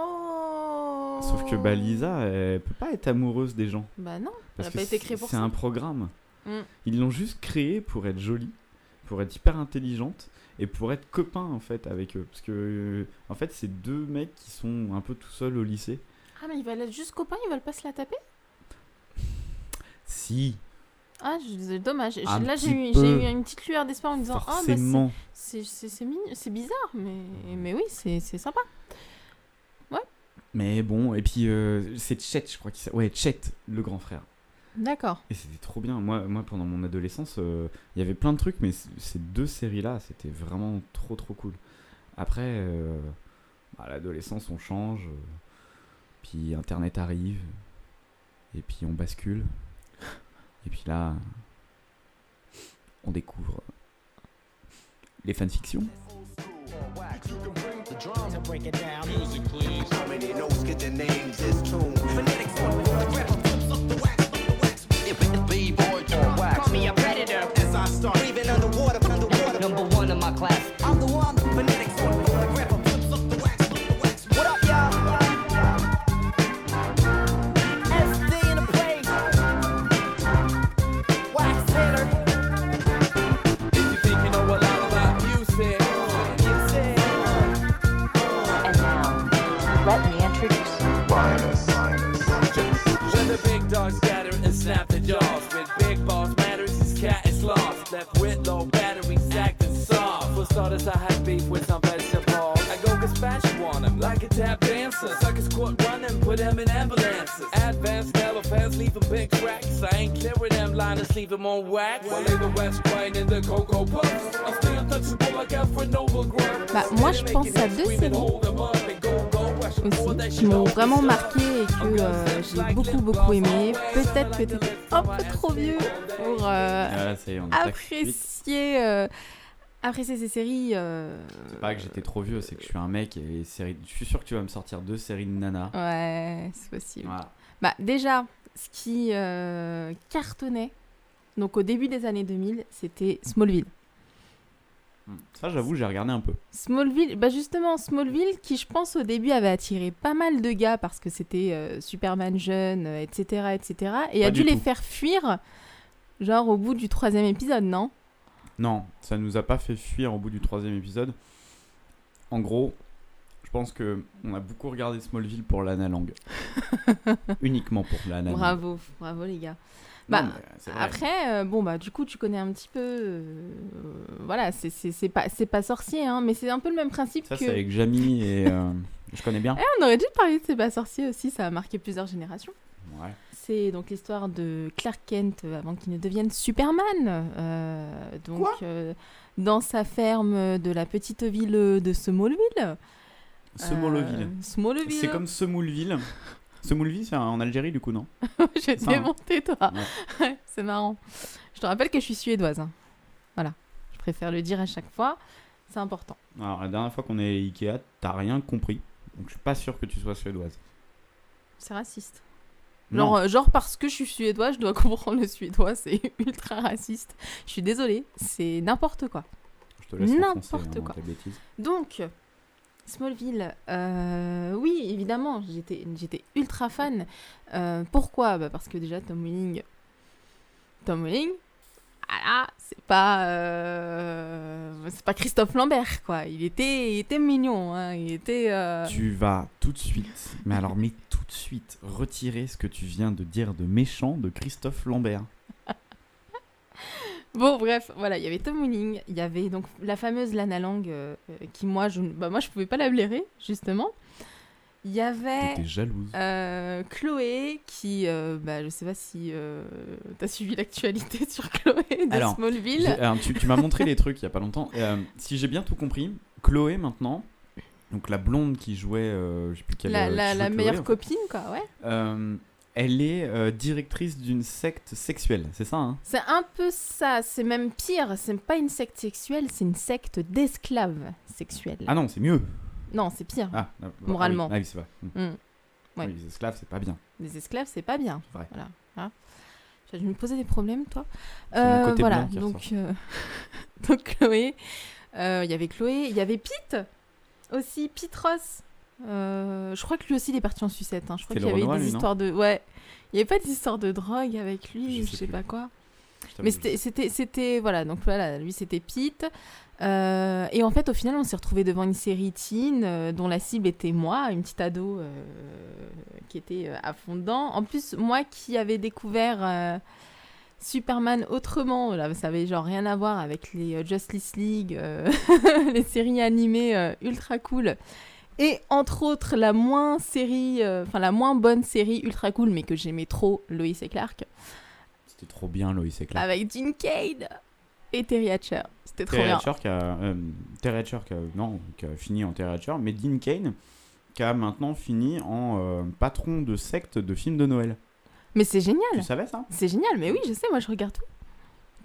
Speaker 1: Oh
Speaker 2: Sauf que bah, Lisa, elle peut pas être amoureuse des gens.
Speaker 1: Bah, non. Oh.
Speaker 2: Parce
Speaker 1: a
Speaker 2: que
Speaker 1: pas été
Speaker 2: c'est-
Speaker 1: créée pour
Speaker 2: c'est
Speaker 1: ça.
Speaker 2: un programme.
Speaker 1: Mm.
Speaker 2: Ils l'ont juste créée pour être jolie, pour être hyper intelligente et pour être copain en fait avec eux. Parce que euh, en fait, c'est deux mecs qui sont un peu tout seuls au lycée.
Speaker 1: Ah, mais ils veulent être juste copains, ils veulent pas se la taper
Speaker 2: Si,
Speaker 1: Ah, je- dommage. J'ai-
Speaker 2: Un
Speaker 1: Là, j'ai
Speaker 2: petit
Speaker 1: eu,
Speaker 2: peu.
Speaker 1: j'ai eu une petite lueur d'espoir en me disant Ah, bah, c'est-
Speaker 2: forcément.
Speaker 1: c'est- c'est c'est mignon- c'est bizarre, mais, mais oui, c'est c'est sympa.
Speaker 2: Mais bon, et puis euh, c'est Chet, je crois qu'il s'appelle. Ouais, Chet, le grand frère.
Speaker 1: D'accord.
Speaker 2: Et c'était trop bien. Moi, moi pendant mon adolescence, euh, il y avait plein de trucs, mais c- ces deux séries-là, c'était vraiment trop trop cool. Après, euh, bah, à l'adolescence, on change, euh, puis Internet arrive, et puis on bascule, et puis là, on découvre les fanfictions.
Speaker 4: You can bring the drum to break it down.
Speaker 5: How many notes get their names this tune? Phonetics on the rapper flips up the wax, up the wax. If it's B-boy, on wax.
Speaker 4: Call me a predator.
Speaker 5: As I start breathing underwater, underwater.
Speaker 4: Number one in my class.
Speaker 5: I'm the one. Phonetics on the rapper flips up the wax, up the wax. What up, y'all?
Speaker 4: SD in the place. Wax hitter.
Speaker 6: If you think you know a lot about music,
Speaker 4: You said.
Speaker 7: And now, let me introduce you.
Speaker 6: when the big dogs scatter and snap the jaws, with big balls matters, his cat is lost. Left with low batteries, acting soft. For starters, I had beef with some vegetables. I go gazpacho on him like a tap dancer. Suckers caught running, put him in ambulances. Advanced elephants leaving big cracks. I ain't clearing them liners, leave them on wax. While in the West Wine and the Cocoa Puffs, I'm still untouchable, I got for noble growth.
Speaker 1: Bah, moi, je pense à deux séries aussi qui m'ont vraiment marqué et que euh, j'ai beaucoup beaucoup aimé. Peut-être que t'étais un peu trop vieux pour euh,
Speaker 2: Ah, ça y est, on attaque tout de suite.
Speaker 1: apprécier, euh, apprécier ces séries. euh,
Speaker 2: C'est pas que j'étais trop vieux, c'est que je suis un mec et les séries... je suis sûr que tu vas me sortir deux séries de
Speaker 1: Ah,
Speaker 2: nanas.
Speaker 1: Ouais, c'est possible.
Speaker 2: Voilà.
Speaker 1: Bah, déjà, ce qui euh, cartonnait, donc au début des années 2000, c'était Smallville.
Speaker 2: Hmm. Ça, j'avoue, j'ai regardé un peu.
Speaker 1: Smallville, bah justement, Smallville, qui je pense au début avait attiré pas mal de gars parce que c'était euh, Superman jeune, euh, etc., etc., et a
Speaker 2: Pas
Speaker 1: dû
Speaker 2: du
Speaker 1: les
Speaker 2: tout.
Speaker 1: faire fuir, genre au bout du troisième épisode, non
Speaker 2: Non, ça nous a pas fait fuir au bout du troisième épisode. En gros, je pense que on a beaucoup regardé Smallville pour l'analangue. Uniquement pour l'analangue.
Speaker 1: Bravo, bravo les gars.
Speaker 2: Non,
Speaker 1: Bah,
Speaker 2: mais c'est vrai.
Speaker 1: Après, euh, bon, bah, du coup, tu connais un petit peu. euh, voilà, c'est- c'est c'est pas, c'est pas sorcier, hein, mais c'est un peu le même principe
Speaker 2: ça,
Speaker 1: que.
Speaker 2: c'est avec Jamie et. euh, je connais bien.
Speaker 1: Eh, on aurait dû parler de C'est pas sorcier aussi, ça a marqué plusieurs générations.
Speaker 2: Ouais.
Speaker 1: C'est donc l'histoire de Clark Kent euh, avant qu'il ne devienne Superman. euh, donc, euh, dans sa ferme de la petite ville de Smallville.
Speaker 2: Smallville.
Speaker 1: Euh, Smallville.
Speaker 2: C'est comme Semoulville. Semoulville, c'est en Algérie, du coup, non
Speaker 1: je vais te
Speaker 2: ça, hein.
Speaker 1: démonter, toi. Ouais, c'est marrant. Je te rappelle que je suis suédoise. hein. Voilà, je préfère le dire à chaque fois. C'est important.
Speaker 2: Alors, la dernière fois qu'on est à Ikea, t'as rien compris. Donc, je suis pas sûr que tu sois suédoise.
Speaker 1: C'est raciste.
Speaker 2: non.
Speaker 1: Genre, euh, genre parce que je suis suédois, je dois comprendre le suédois, c'est ultra raciste. Je suis désolée, c'est n'importe quoi.
Speaker 2: Je te laisse enfoncer,
Speaker 1: n'importe
Speaker 2: hein,
Speaker 1: quoi.
Speaker 2: tes bêtises.
Speaker 1: Donc, Smallville, euh, oui, évidemment, j'étais j'étais ultra fan. Euh, pourquoi Bah, Parce que déjà, Tom Welling, Tom Welling, ah là, c'est pas, euh, c'est pas Christophe Lambert, quoi. Il était, il était mignon, hein, il était... euh,
Speaker 2: Tu vas tout de suite, mais alors, mais tout de suite, retirer ce que tu viens de dire de méchant de Christophe Lambert.
Speaker 1: Bon, bref, voilà, il y avait Tom Welling, il y avait donc la fameuse Lana Lang, euh, euh, qui moi, je ne- bah, moi, je pouvais pas la blairer, justement. Il y avait
Speaker 2: T'étais jalouse.
Speaker 1: euh, Chloé, qui, euh, bah, je sais pas si euh, t'as suivi l'actualité sur Chloé de
Speaker 2: Alors,
Speaker 1: Smallville.
Speaker 2: J'ai- alors, tu tu m'as montré les trucs il y a pas longtemps. Euh, si j'ai bien tout compris, Chloé maintenant, donc la blonde qui jouait, euh, je sais plus quelle
Speaker 1: La,
Speaker 2: euh, qui
Speaker 1: la-
Speaker 2: jouait
Speaker 1: la
Speaker 2: Chloé,
Speaker 1: meilleure
Speaker 2: en fait.
Speaker 1: copine, quoi, ouais.
Speaker 2: Euh, elle est euh, directrice d'une secte sexuelle, c'est ça hein
Speaker 1: C'est un peu ça, c'est même pire, c'est pas une secte sexuelle, c'est une secte d'esclaves sexuels.
Speaker 2: Ah non, c'est mieux.
Speaker 1: Non, c'est pire.
Speaker 2: Ah, ah, oui.
Speaker 1: Moralement.
Speaker 2: Ah oui, c'est vrai. Mm.
Speaker 1: Mm. Ouais.
Speaker 2: Oui, les esclaves, c'est pas bien.
Speaker 1: Les esclaves, c'est pas bien.
Speaker 2: Vrai.
Speaker 1: Voilà. hein. Tu as dû me poser des problèmes, toi.
Speaker 2: C'est mon côté
Speaker 1: voilà,
Speaker 2: blanc
Speaker 1: donc,
Speaker 2: qui
Speaker 1: euh, donc Chloé. euh, Il y avait Chloé, il y avait Pete aussi, Pete Ross. Euh, je crois que lui aussi il est parti en sucette. hein. Je crois
Speaker 2: C'était
Speaker 1: qu'il y
Speaker 2: le
Speaker 1: avait
Speaker 2: Renoir,
Speaker 1: des
Speaker 2: lui, non
Speaker 1: histoires de. Ouais. Il n'y avait pas d'histoire de drogue avec lui,
Speaker 2: Je
Speaker 1: ou je
Speaker 2: sais
Speaker 1: sais
Speaker 2: plus.
Speaker 1: pas quoi.
Speaker 2: Je t'avoue
Speaker 1: Mais
Speaker 2: que
Speaker 1: c'était- c'était, c'était, voilà, donc voilà, lui c'était Pete. Euh, et en fait, au final, on s'est retrouvé devant une série teen euh, dont la cible était moi, une petite ado euh, qui était euh, à fond dedans. En plus, moi qui avais découvert euh, Superman autrement, là, ça avait genre rien à voir avec les euh, Justice League, euh, les séries animées euh, ultra cool. Et entre autres, la moins série, euh, enfin la moins bonne série ultra cool, mais que j'aimais trop, Lois et Clark
Speaker 2: C'était trop bien, Loïs et Clark.
Speaker 1: avec Gene Cade et Terry Hatcher. C'était Ah, trop
Speaker 2: Terry
Speaker 1: bien.
Speaker 2: Hatcher qui a, euh, Terry Hatcher qui a- non, qui a fini en Terry Hatcher, mais Dean Kane qui a maintenant fini en euh, patron de secte de films de Noël.
Speaker 1: Mais c'est génial.
Speaker 2: Tu savais ça
Speaker 1: C'est génial. Mais oui, je sais, moi je regarde tout.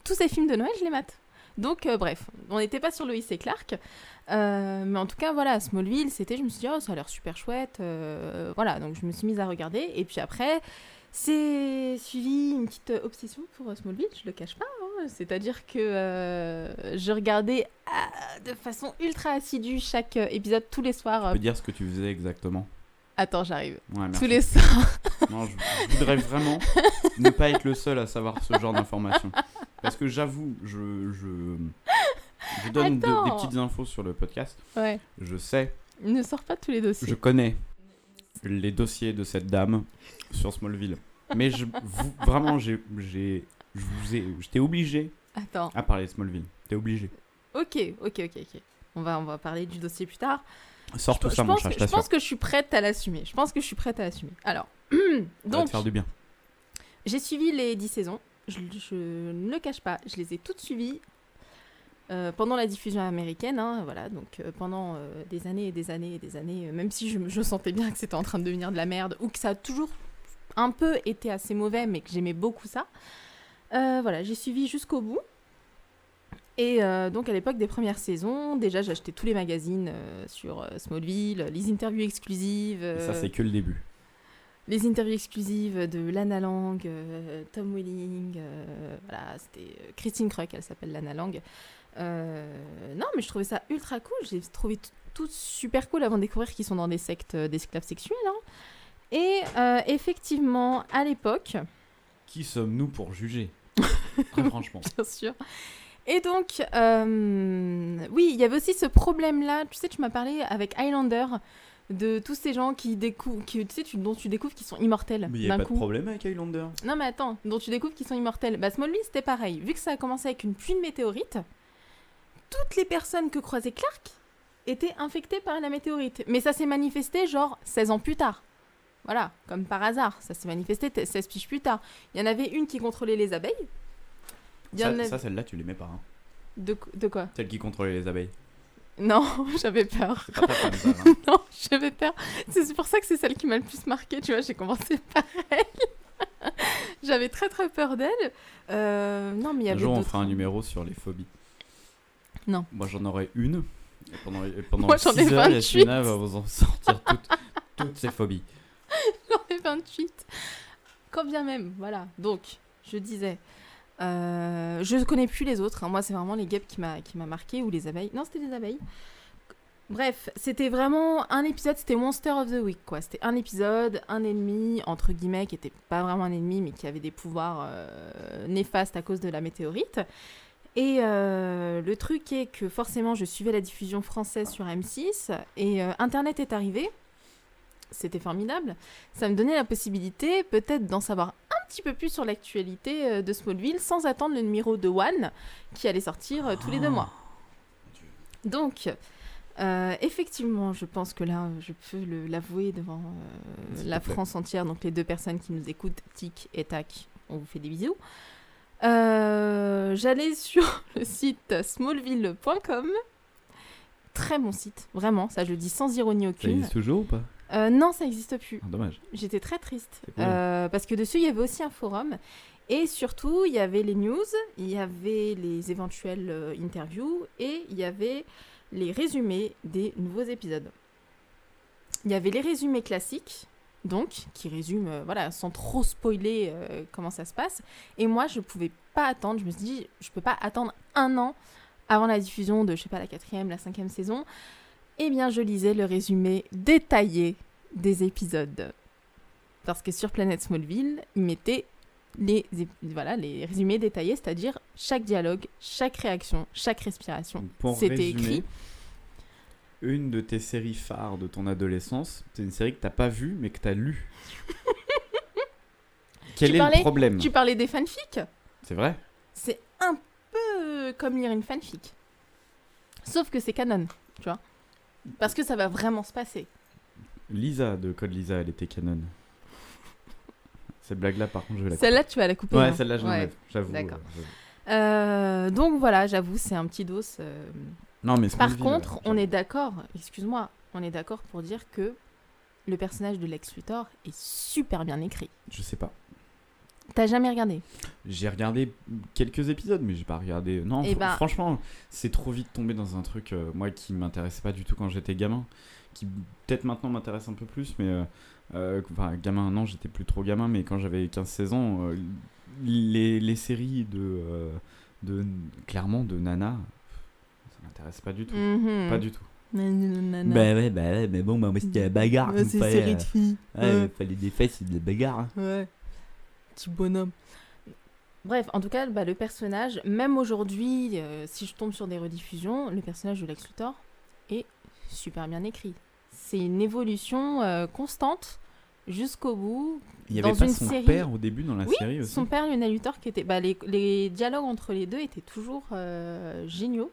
Speaker 1: Tous ces films de Noël, je les mate. Donc euh, bref, on n'était pas sur Lois et Clark. Euh, mais en tout cas, voilà, Smallville, c'était, je me suis dit, oh, ça a l'air super chouette. euh, voilà, donc je me suis mise à regarder. Et puis après, c'est suivi une petite obsession pour euh, Smallville, je le cache pas. hein. C'est-à-dire que euh, je regardais ah, de façon ultra assidue chaque euh, épisode tous les soirs.
Speaker 2: Tu
Speaker 1: euh,
Speaker 2: peux dire ce que tu faisais exactement.
Speaker 1: Attends, j'arrive.
Speaker 2: Ouais, merci.
Speaker 1: Tous les soirs.
Speaker 2: Non, je, je voudrais vraiment ne pas être le seul à savoir ce genre d'informations. Parce que j'avoue, je, je, je donne de-
Speaker 1: Attends.
Speaker 2: des petites infos sur le podcast.
Speaker 1: Ouais.
Speaker 2: Je sais
Speaker 1: Ne sors pas tous les dossiers.
Speaker 2: Je connais les dossiers de cette dame sur Smallville. Mais je, vous- vraiment, j'ai, j'ai, je vous ai- j'étais obligé
Speaker 1: Attends.
Speaker 2: à parler de Smallville. T'es obligé.
Speaker 1: Ok, ok, ok, ok. On va, on va parler du dossier plus tard.
Speaker 2: Sors tout
Speaker 1: je,
Speaker 2: ça, mon
Speaker 1: pense
Speaker 2: chat,
Speaker 1: que,
Speaker 2: je
Speaker 1: je
Speaker 2: t'assure.
Speaker 1: pense que je suis prête à l'assumer. Je pense que je suis prête à l'assumer. Alors,
Speaker 2: Ça va
Speaker 1: donc,
Speaker 2: te faire du bien.
Speaker 1: j'ai suivi les 10 saisons. Je, je ne le cache pas, je les ai toutes suivies euh, pendant la diffusion américaine. hein, voilà, donc euh, pendant euh, des années et des années et des années, euh, même si je, je sentais bien que c'était en train de devenir de la merde ou que ça a toujours un peu été assez mauvais, mais que j'aimais beaucoup ça. Euh, voilà, j'ai suivi jusqu'au bout. Et euh, donc à l'époque des premières saisons, déjà j'achetais tous les magazines euh, sur euh, Smallville, les interviews exclusives.
Speaker 2: Et ça,
Speaker 1: euh,
Speaker 2: c'est que le début.
Speaker 1: les interviews exclusives de Lana Lang, euh, Tom Welling, euh, voilà, c'était euh, Christine Crock, elle s'appelle Lana Lang. Euh, non, mais je trouvais ça ultra cool. J'ai trouvé t- tout super cool avant de découvrir qu'ils sont dans des sectes euh, d'esclaves sexuels. hein. Et euh, effectivement, à l'époque,
Speaker 2: Qui sommes-nous pour juger Très franchement.
Speaker 1: bien sûr. Et donc, euh, oui, il y avait aussi ce problème-là. Tu sais, tu m'as parlé avec Highlander de tous ces gens qui découvrent, qui, tu sais, tu- dont tu découvres qu'ils sont immortels
Speaker 2: Mais il n'y a
Speaker 1: d'un
Speaker 2: pas de
Speaker 1: coup.
Speaker 2: problème avec Highlander.
Speaker 1: Non mais attends, dont tu découvres qu'ils sont immortels. Bah Smallville c'était pareil. Vu que ça a commencé avec une pluie de météorites, toutes les personnes que croisait Clark étaient infectées par la météorite. Mais ça s'est manifesté genre 16 ans plus tard. Voilà, comme par hasard. Ça s'est manifesté t- 16 piges plus tard. Il y en avait une qui contrôlait les abeilles. Il y en
Speaker 2: Ça,
Speaker 1: avait-
Speaker 2: ça, celle-là, tu l'aimais pas. hein.
Speaker 1: De, qu- de quoi
Speaker 2: Celle qui contrôlait les abeilles.
Speaker 1: Non, j'avais peur.
Speaker 2: C'est pas très fun, ça. hein.
Speaker 1: Non, j'avais peur. C'est pour ça que c'est celle qui m'a le plus marqué, tu vois, j'ai commencé par elle. j'avais très très peur d'elle. Euh, non, mais il y
Speaker 2: Un
Speaker 1: avait
Speaker 2: jour, on
Speaker 1: d'autres.
Speaker 2: fera un numéro sur les phobies.
Speaker 1: Non.
Speaker 2: Moi, j'en aurais une. Et pendant et pendant
Speaker 1: Moi, j'en ai
Speaker 2: 6 heures,
Speaker 1: 28.
Speaker 2: Yasmina va vous en sortir toutes, toutes ses phobies.
Speaker 1: J'en ai 28. Quand bien même, voilà. Donc, je disais. euh, je connais plus les autres. hein. Moi, c'est vraiment les guêpes qui m'a qui m'a marqué ou les abeilles. Non, c'était les abeilles. Bref, c'était vraiment un épisode, c'était Monster of the Week, quoi. C'était un épisode, un ennemi, entre guillemets, qui était pas vraiment un ennemi, mais qui avait des pouvoirs euh, néfastes à cause de la météorite. Et euh, le truc est que forcément, je suivais la diffusion française sur M6, et euh, Internet est arrivé. C'était formidable. Ça me donnait la possibilité, peut-être, d'en savoir un petit peu plus sur l'actualité euh, de Smallville, sans attendre le numéro de One, qui allait sortir euh, tous
Speaker 2: Ah.
Speaker 1: les deux mois. Donc, euh, effectivement, je pense que là, euh, je peux le- l'avouer devant euh,
Speaker 2: S'il te
Speaker 1: la
Speaker 2: plaît.
Speaker 1: France entière, donc les deux personnes qui nous écoutent, Tic et Tac, on vous fait des bisous. Euh, J'allais sur le site smallville.com. Très bon site, vraiment, ça je le dis sans ironie
Speaker 2: Ça
Speaker 1: aucune.
Speaker 2: existe toujours ou pas
Speaker 1: Euh, non, ça n'existe plus.
Speaker 2: Ah, Dommage.
Speaker 1: J'étais très triste.
Speaker 2: C'est cool.
Speaker 1: Euh, parce que dessus, il y avait aussi un forum. Et surtout, il y avait les news, il y avait les éventuelles euh, interviews et il y avait les résumés des nouveaux épisodes. Il y avait les résumés classiques, donc, qui résument, euh, voilà, sans trop spoiler euh, comment ça se passe. Et moi, je pouvais pas attendre. Je me suis dit, je peux pas attendre un an avant la diffusion de, je sais pas, la quatrième, la cinquième saison. Eh bien, je lisais le résumé détaillé des épisodes. Parce que sur Planète Smallville, ils mettaient les, ép- voilà, les résumés détaillés, c'est-à-dire chaque dialogue, chaque réaction, chaque respiration.
Speaker 2: Donc, pour
Speaker 1: C'était
Speaker 2: résumer,
Speaker 1: écrit.
Speaker 2: Une de tes séries phares de ton adolescence, c'est une série que t'as pas vue mais que t'as lue. Quel
Speaker 1: Tu
Speaker 2: est
Speaker 1: parlais-
Speaker 2: le problème
Speaker 1: Tu parlais des fanfics
Speaker 2: C'est vrai
Speaker 1: C'est un peu comme lire une fanfic. Sauf que c'est canon, tu vois. Parce que ça va vraiment se passer.
Speaker 2: Lisa de Code Lisa, elle était canon. Cette blague-là, par contre, je la coupe.
Speaker 1: Celle-là, tu vas la couper.
Speaker 2: Ouais,
Speaker 1: hein.
Speaker 2: celle-là, je
Speaker 1: Ouais.
Speaker 2: l'enlève, j'avoue.
Speaker 1: D'accord.
Speaker 2: euh, j'avoue.
Speaker 1: Euh, donc voilà, j'avoue, c'est un petit dos. euh,
Speaker 2: Non, mais
Speaker 1: Par
Speaker 2: Smallville,
Speaker 1: contre,
Speaker 2: euh,
Speaker 1: on
Speaker 2: j'avoue.
Speaker 1: est d'accord, excuse-moi, on est d'accord pour dire que le personnage de Lex Luthor est super bien écrit.
Speaker 2: Je sais pas.
Speaker 1: T'as jamais regardé
Speaker 2: J'ai regardé quelques épisodes, mais j'ai pas regardé. Non,
Speaker 1: Eh
Speaker 2: fr-
Speaker 1: ben-
Speaker 2: franchement, c'est trop vite tombé dans un truc, euh, moi, qui m'intéressait pas du tout quand j'étais gamin. Qui peut-être maintenant m'intéresse un peu plus, mais. euh, euh, enfin, gamin, non, j'étais plus trop gamin, mais quand j'avais 15-16 ans, euh, les, les séries de, euh, de. Clairement, de Nana, ça m'intéresse pas du tout.
Speaker 1: Mhm.
Speaker 2: Pas du tout.
Speaker 1: Nanana.
Speaker 2: ouais, bah ouais, mais bon, bah, moi,
Speaker 1: c'était la
Speaker 2: bagarre. euh,
Speaker 1: Ouais, c'est série de filles. Ouais,
Speaker 2: fallait des fesses et de la bagarre. hein.
Speaker 1: ouais. Petit bonhomme. Bref, en tout cas, bah, le personnage, même aujourd'hui, euh, si je tombe sur des rediffusions, le personnage de Lex Luthor est super bien écrit. C'est une évolution euh, constante jusqu'au bout,
Speaker 2: Il y
Speaker 1: Dans
Speaker 2: avait pas
Speaker 1: une
Speaker 2: son
Speaker 1: série.
Speaker 2: père au début dans la
Speaker 1: Oui,
Speaker 2: série aussi.
Speaker 1: Son père, Lionel Luthor, qui était. Bah, les, les dialogues entre les deux étaient toujours euh, géniaux.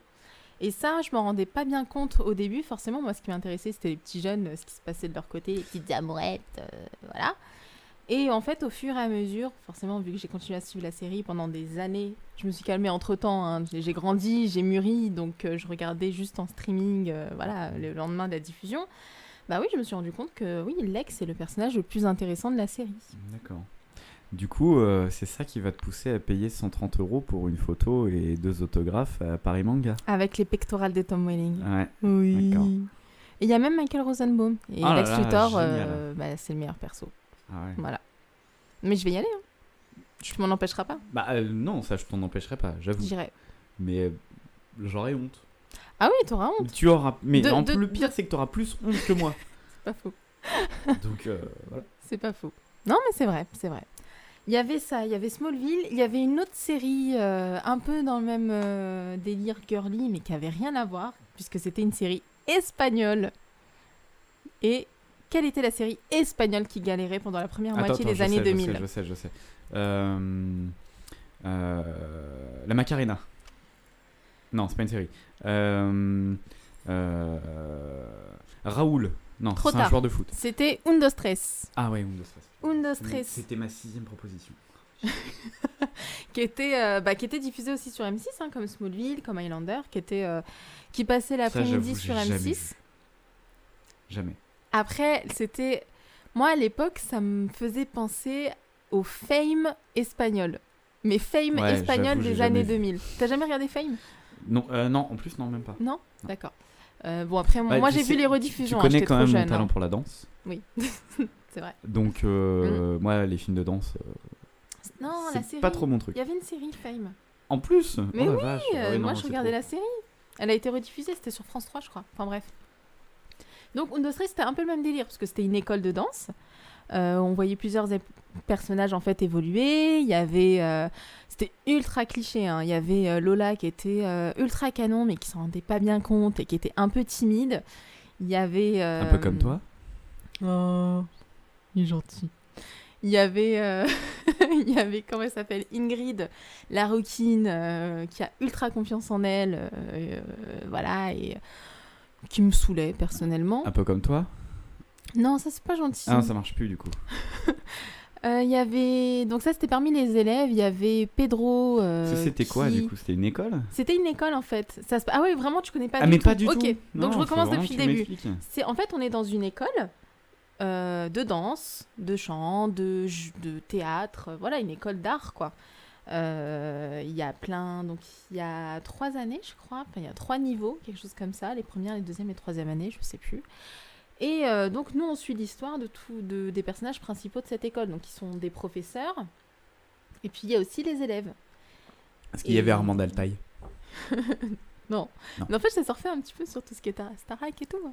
Speaker 1: Et ça, je m'en rendais pas bien compte au début. Forcément, moi, ce qui m'intéressait, c'était les petits jeunes, euh, ce qui se passait de leur côté, les petites amourettes, euh, voilà. Et en fait, au fur et à mesure, forcément, vu que j'ai continué à suivre la série pendant des années, je me suis calmée entre temps. J'ai grandi, j'ai mûri, donc euh, je regardais juste en streaming, euh, voilà, le lendemain de la diffusion. Bah oui, je me suis rendu compte que oui, Lex est le personnage le plus intéressant de la série.
Speaker 2: D'accord. Du coup, euh, c'est ça qui va te pousser à payer 130 euros pour une photo et deux autographes à Paris Manga.
Speaker 1: Avec les pectorales de Tom Welling.
Speaker 2: Ouais.
Speaker 1: Oui.
Speaker 2: D'accord.
Speaker 1: Et il y a même Michael Rosenbaum. Et
Speaker 2: Ah là
Speaker 1: Lex
Speaker 2: là,
Speaker 1: Luthor,
Speaker 2: génial.
Speaker 1: euh, bah, c'est le meilleur perso.
Speaker 2: Ah ouais.
Speaker 1: Voilà. Mais je vais y aller. Hein. Je m'en empêcherai pas,
Speaker 2: Bah euh, non, ça je t'en empêcherai pas, j'avoue.
Speaker 1: j'irai.
Speaker 2: Mais euh, j'aurais honte.
Speaker 1: Ah oui, t'auras honte,
Speaker 2: Tu auras. Mais
Speaker 1: De-
Speaker 2: en-
Speaker 1: de-
Speaker 2: le pire, c'est que t'auras plus honte que moi.
Speaker 1: c'est pas faux.
Speaker 2: Donc euh, voilà.
Speaker 1: C'est pas faux. Non, mais c'est vrai, c'est vrai. Il y avait ça, il y avait Smallville, il y avait une autre série euh, un peu dans le même euh, délire girly, mais qui avait rien à voir, puisque c'était une série espagnole. Et quelle était la série espagnole qui galérait pendant la première
Speaker 2: Attends,
Speaker 1: moitié
Speaker 2: attends,
Speaker 1: des
Speaker 2: je
Speaker 1: années
Speaker 2: sais,
Speaker 1: 2000
Speaker 2: Je sais, je sais, je sais. Euh, euh, la Macarena. Non, c'est pas une série. Euh, euh, Raoul. Non,
Speaker 1: Trop
Speaker 2: c'est un
Speaker 1: tard.
Speaker 2: joueur de foot.
Speaker 1: C'était Un dos tres.
Speaker 2: Ah ouais, Windows Stress.
Speaker 1: Un dos tres,
Speaker 2: C'était ma sixième proposition.
Speaker 1: qui était, euh, bah, qui était diffusé aussi sur M6, hein, comme Smallville, comme Highlander, qui, était, euh, qui passait l'après-midi
Speaker 2: j'avoue,
Speaker 1: sur
Speaker 2: j'ai jamais
Speaker 1: M6.
Speaker 2: vu. Jamais.
Speaker 1: Après, c'était. Moi, à l'époque, ça me faisait penser au fame espagnol. Mais fame
Speaker 2: Ouais,
Speaker 1: espagnol
Speaker 2: j'avoue, j'ai
Speaker 1: des
Speaker 2: jamais
Speaker 1: années
Speaker 2: vu.
Speaker 1: 2000. T'as jamais regardé Fame
Speaker 2: Non, euh, non, en plus, non, même pas.
Speaker 1: Non D'accord. Euh, bon, après,
Speaker 2: Bah,
Speaker 1: moi,
Speaker 2: tu
Speaker 1: j'ai
Speaker 2: sais,
Speaker 1: vu les
Speaker 2: Tu
Speaker 1: rediffusions. hein,
Speaker 2: connais
Speaker 1: j'étais
Speaker 2: quand
Speaker 1: trop
Speaker 2: même
Speaker 1: jeune,
Speaker 2: mon talent
Speaker 1: hein.
Speaker 2: pour la danse.
Speaker 1: Oui, c'est vrai.
Speaker 2: Donc, euh, moi, les films de danse, euh,
Speaker 1: Mm. Non, la
Speaker 2: c'est
Speaker 1: série.
Speaker 2: pas trop mon truc.
Speaker 1: Il y avait une série Fame.
Speaker 2: En plus
Speaker 1: Mais
Speaker 2: oh, la
Speaker 1: oui,
Speaker 2: vache,
Speaker 1: Euh,
Speaker 2: ouais,
Speaker 1: moi,
Speaker 2: non,
Speaker 1: je
Speaker 2: c'est
Speaker 1: regardais
Speaker 2: trop.
Speaker 1: la série. Elle a été rediffusée, c'était sur France 3, je crois. Enfin bref. Donc, Undo Stress, c'était un peu le même délire, parce que c'était une école de danse. Euh, on voyait plusieurs ép- personnages en fait évoluer. Il y avait. euh, c'était ultra cliché. hein. Il y avait euh, Lola qui était euh, ultra canon, mais qui s'en rendait pas bien compte et qui était un peu timide. Il y avait.
Speaker 2: Un
Speaker 1: euh,
Speaker 2: peu comme toi.
Speaker 1: Oh, il est gentil. Il y avait, euh, il y avait comment elle s'appelle Ingrid, la rouquine, euh, qui a ultra confiance en elle, euh, euh, voilà, et euh, qui me saoulait personnellement.
Speaker 2: Un peu comme toi.
Speaker 1: Non, ça c'est pas gentil.
Speaker 2: Ah non, ça marche plus du coup.
Speaker 1: Euh, Il y avait, donc ça c'était parmi les élèves, il y avait Pedro. euh,
Speaker 2: Ça, C'était quoi
Speaker 1: qui-
Speaker 2: du coup C'était une école
Speaker 1: C'était une école en fait. Ça se- Ah oui, vraiment tu connais pas
Speaker 2: Ah,
Speaker 1: du
Speaker 2: mais
Speaker 1: tout.
Speaker 2: pas du
Speaker 1: ok,
Speaker 2: tout. Non,
Speaker 1: donc je
Speaker 2: faut
Speaker 1: recommence
Speaker 2: vraiment
Speaker 1: depuis
Speaker 2: que
Speaker 1: le
Speaker 2: tu
Speaker 1: début.
Speaker 2: m'expliques.
Speaker 1: C'est en fait on est dans une école euh, de danse, de chant, de, ju- de théâtre, euh, voilà une école d'art quoi. Euh, Il y a plein, donc il y a trois années je crois, enfin il y a trois niveaux, quelque chose comme ça, les premières, les deuxièmes et troisième années, je sais plus. Et euh, donc nous on suit l'histoire de tout, de, des personnages principaux de cette école, donc qui sont des professeurs. Et puis il y a aussi les élèves.
Speaker 2: Est-ce qu'il y
Speaker 1: Et-
Speaker 2: avait Armand Altaï
Speaker 1: Mais en fait, ça surfait un petit peu sur tout ce qui était Starac et tout. hein.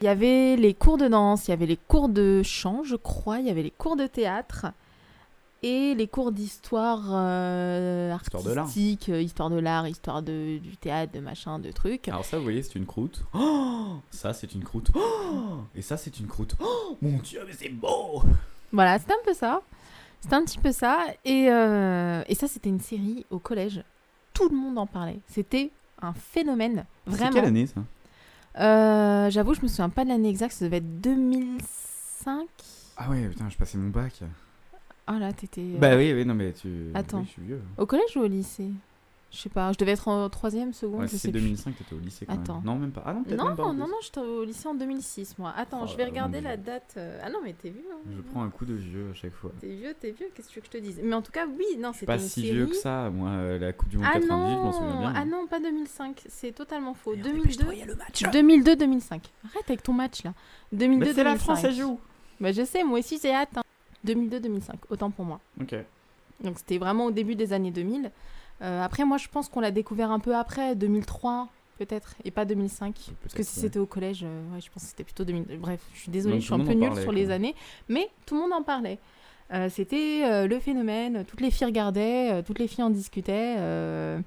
Speaker 1: Il y avait les cours de danse, il y avait les cours de chant, je crois, il y avait les cours de théâtre. et les cours d'histoire euh,
Speaker 2: Histoire de l'art.
Speaker 1: artistique, euh, histoire de l'art, histoire de, du théâtre, de machin, de trucs.
Speaker 2: Alors ça, vous voyez, c'est une croûte. Oh ça, c'est une croûte. Oh et ça, c'est une croûte. Oh mon dieu, mais c'est beau
Speaker 1: Voilà, c'était un peu ça. C'était un petit peu ça. Et, euh, et ça, c'était une série au collège. Tout le monde en parlait. C'était un phénomène.
Speaker 2: C'est
Speaker 1: Vraiment.
Speaker 2: quelle année ça
Speaker 1: Euh, J'avoue, je me souviens pas de l'année exacte. Ça devait être 2005.
Speaker 2: Ah ouais, putain, je passais mon bac.
Speaker 1: Ah là, t'étais. euh,
Speaker 2: Bah oui, oui, non mais tu.
Speaker 1: Attends.
Speaker 2: oui, je suis vieux.
Speaker 1: Au collège ou au lycée Je sais pas. Je devais être en troisième, seconde.
Speaker 2: Ouais,
Speaker 1: je
Speaker 2: si
Speaker 1: sais
Speaker 2: c'est
Speaker 1: plus.
Speaker 2: 2005, t'étais au lycée quand
Speaker 1: Attends.
Speaker 2: même. Non, même pas. Ah non, peut-être
Speaker 1: Non,
Speaker 2: même pas. en
Speaker 1: non,
Speaker 2: plus.
Speaker 1: non, j'étais au lycée en 2006, moi. Attends,
Speaker 2: Oh
Speaker 1: je
Speaker 2: là
Speaker 1: vais
Speaker 2: là,
Speaker 1: regarder
Speaker 2: mon
Speaker 1: la
Speaker 2: Dieu.
Speaker 1: date. euh, Ah non, mais t'es vieux. hein.
Speaker 2: Je prends un coup de vieux à chaque fois.
Speaker 1: T'es vieux, t'es vieux, qu'est-ce que tu veux que je te dise Mais en tout cas, oui, non, c'était
Speaker 2: Pas
Speaker 1: une
Speaker 2: si
Speaker 1: série.
Speaker 2: vieux que ça, moi, euh, la Coupe du Monde
Speaker 1: Ah
Speaker 2: 98, je
Speaker 1: non,
Speaker 2: m'en souviens bien.
Speaker 1: ah non, pas 2005, c'est totalement faux.
Speaker 2: Merde,
Speaker 1: 2002,
Speaker 2: dépêche-toi, il y a le match.
Speaker 1: 2002-2005. Arrête avec ton match là. 2002-2005.
Speaker 2: Mais c'est la France, elle joue.
Speaker 1: Bah, je sais, moi aussi j'ai hâte. hein. 2002-2005, autant pour moi.
Speaker 2: Ok.
Speaker 1: Donc c'était vraiment au début des années 2000. Euh, après, moi, je pense qu'on l'a découvert un peu après, 2003 peut-être, et pas 2005. Parce que
Speaker 2: Peut-être,
Speaker 1: si
Speaker 2: ouais.
Speaker 1: c'était au collège, euh, ouais, je pense que c'était plutôt 2000. Bref, je suis désolée,
Speaker 2: Donc,
Speaker 1: je suis
Speaker 2: tout
Speaker 1: un
Speaker 2: le
Speaker 1: peu
Speaker 2: monde en
Speaker 1: nulle
Speaker 2: parlait,
Speaker 1: sur les
Speaker 2: quoi.
Speaker 1: années, mais tout le monde en parlait. Euh, c'était euh, le phénomène, toutes les filles regardaient, euh, toutes les filles en discutaient. euh,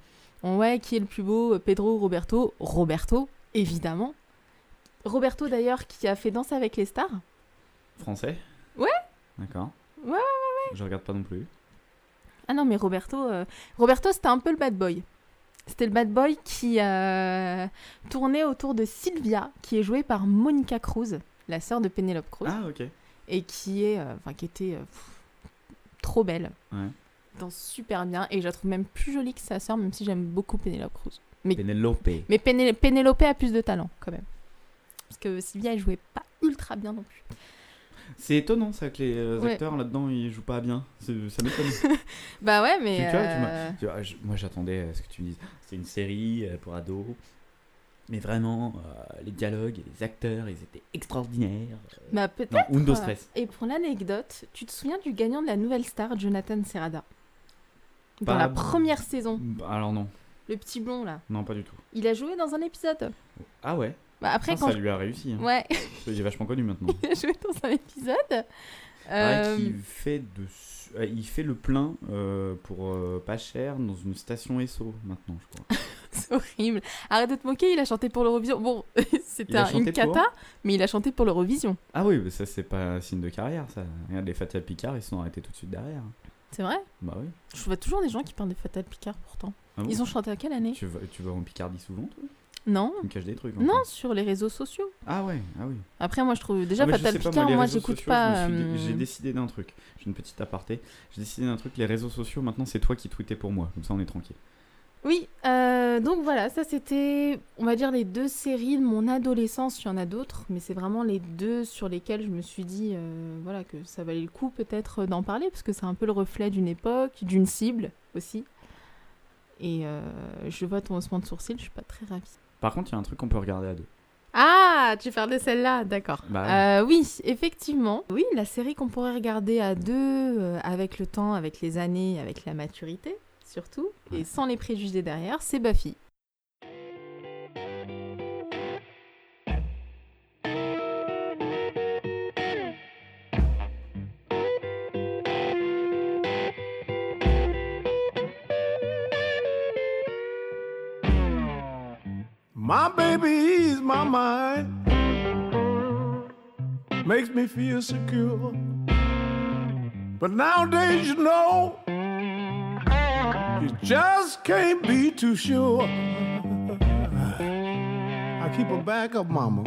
Speaker 1: on, ouais, qui est le plus beau, euh, Pedro ou Roberto Roberto, évidemment. Roberto d'ailleurs qui a fait Danse avec les stars.
Speaker 2: Français
Speaker 1: Ouais.
Speaker 2: D'accord.
Speaker 1: Ouais, ouais, ouais,
Speaker 2: Je regarde pas non plus.
Speaker 1: Ah non, mais Roberto, euh, Roberto c'était un peu le bad boy. C'était le bad boy qui euh, tournait autour de Sylvia, qui est jouée par Monica Cruz, la sœur de Penelope Cruz,
Speaker 2: Ah, ok.
Speaker 1: et qui est, euh, enfin, qui était euh, pff, trop belle,
Speaker 2: Ouais.
Speaker 1: dans super bien, et je la trouve même plus jolie que sa sœur, même si j'aime beaucoup Penelope Cruz.
Speaker 2: Penelope.
Speaker 1: Mais Péné- Penelope a plus de talent quand même, parce que Sylvia elle jouait pas ultra bien non plus.
Speaker 2: C'est étonnant ça que les euh,
Speaker 1: Ouais.
Speaker 2: acteurs là-dedans ils jouent pas bien. C'est- Ça m'étonne.
Speaker 1: Bah ouais, mais
Speaker 2: Tu- tu vois, tu m'as-
Speaker 1: euh,
Speaker 2: Tu vois, je- moi j'attendais à ce que tu me dises. C'est une série euh, pour ados. Mais vraiment, euh, les dialogues et les acteurs, ils étaient extraordinaires. Euh,
Speaker 1: bah peut-être.
Speaker 2: non, Undo
Speaker 1: Voilà.
Speaker 2: Stress.
Speaker 1: Et pour l'anecdote, tu te souviens du gagnant de la nouvelle star, Jonathan Serrada Dans
Speaker 2: Pas-
Speaker 1: la première saison,
Speaker 2: Bah, Alors non,
Speaker 1: le petit blond là.
Speaker 2: non pas du tout.
Speaker 1: Il a joué dans un épisode.
Speaker 2: Ah ouais
Speaker 1: Bah après,
Speaker 2: Putain,
Speaker 1: quand.
Speaker 2: Ça lui a réussi. hein.
Speaker 1: Ouais, Euh,
Speaker 2: Il est vachement connu maintenant.
Speaker 1: il a joué dans un épisode.
Speaker 2: Pareil
Speaker 1: Euh,
Speaker 2: qu'il fait de su- euh, il fait le plein euh, pour euh, pas cher dans une station SO maintenant, je crois.
Speaker 1: C'est horrible. Arrête de te moquer, il a chanté pour l'Eurovision. Bon, c'était
Speaker 2: Il a
Speaker 1: un- une
Speaker 2: chanté pour
Speaker 1: cata, mais il a chanté pour l'Eurovision.
Speaker 2: Ah oui, mais ça c'est pas un signe de carrière ça. Regarde, les Fatia Picard ils se sont arrêtés tout de suite derrière.
Speaker 1: C'est vrai
Speaker 2: Bah oui.
Speaker 1: Je vois toujours des gens qui parlent de Fatal Picard pourtant.
Speaker 2: Ah bon
Speaker 1: Ils ont chanté à quelle année
Speaker 2: tu, vas, tu vas en Picardie souvent toi
Speaker 1: Non.
Speaker 2: Tu me caches des trucs. enfin.
Speaker 1: Non, sur les réseaux sociaux.
Speaker 2: Ah ouais, ah oui.
Speaker 1: Après, moi je trouve déjà
Speaker 2: Ah, mais je
Speaker 1: Fatal
Speaker 2: sais pas,
Speaker 1: Picard,
Speaker 2: les
Speaker 1: moi
Speaker 2: réseaux
Speaker 1: j'écoute
Speaker 2: sociaux, je
Speaker 1: pas.
Speaker 2: me suis dit-
Speaker 1: euh,
Speaker 2: J'ai décidé d'un truc. J'ai une petite aparté. J'ai décidé d'un truc. Les réseaux sociaux, maintenant, c'est toi qui tweetais pour moi. Comme ça, on est tranquille.
Speaker 1: Oui, euh, donc voilà, ça c'était, on va dire, les deux séries de mon adolescence. Il y en a d'autres, mais c'est vraiment les deux sur lesquelles je me suis dit euh, voilà, que ça valait le coup peut-être euh, d'en parler, parce que c'est un peu le reflet d'une époque, d'une cible aussi. Et euh, je vois ton haussement de sourcil, je suis pas très ravie.
Speaker 2: Par contre, il y a un truc qu'on peut regarder à deux.
Speaker 1: Ah, tu parles de celle-là, d'accord.
Speaker 2: Bah
Speaker 1: Euh, oui, effectivement. Oui, la série qu'on pourrait regarder à deux, euh, avec le temps, avec les années, avec la maturité, surtout, et sans les préjugés derrière, c'est Buffy.
Speaker 8: My baby is my mind. Makes me feel secure. But nowadays, you know, you just can't be too sure. I keep a backup mama.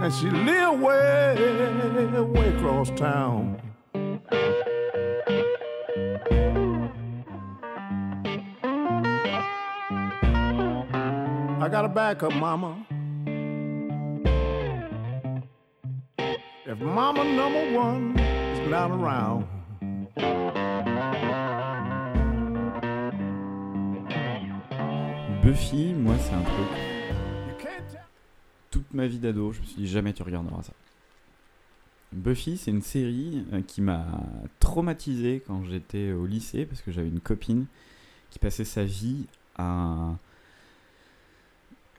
Speaker 8: And she live way, way across town. I got a backup, mama. If mama number one is not around,
Speaker 1: Euh.
Speaker 2: Buffy, moi, c'est un truc.
Speaker 8: you can't tell.
Speaker 2: Toute ma vie d'ado, je me suis dit jamais tu regarderas ça. Buffy, c'est une série euh, qui m'a traumatisé quand j'étais au lycée parce que j'avais une copine qui passait sa vie à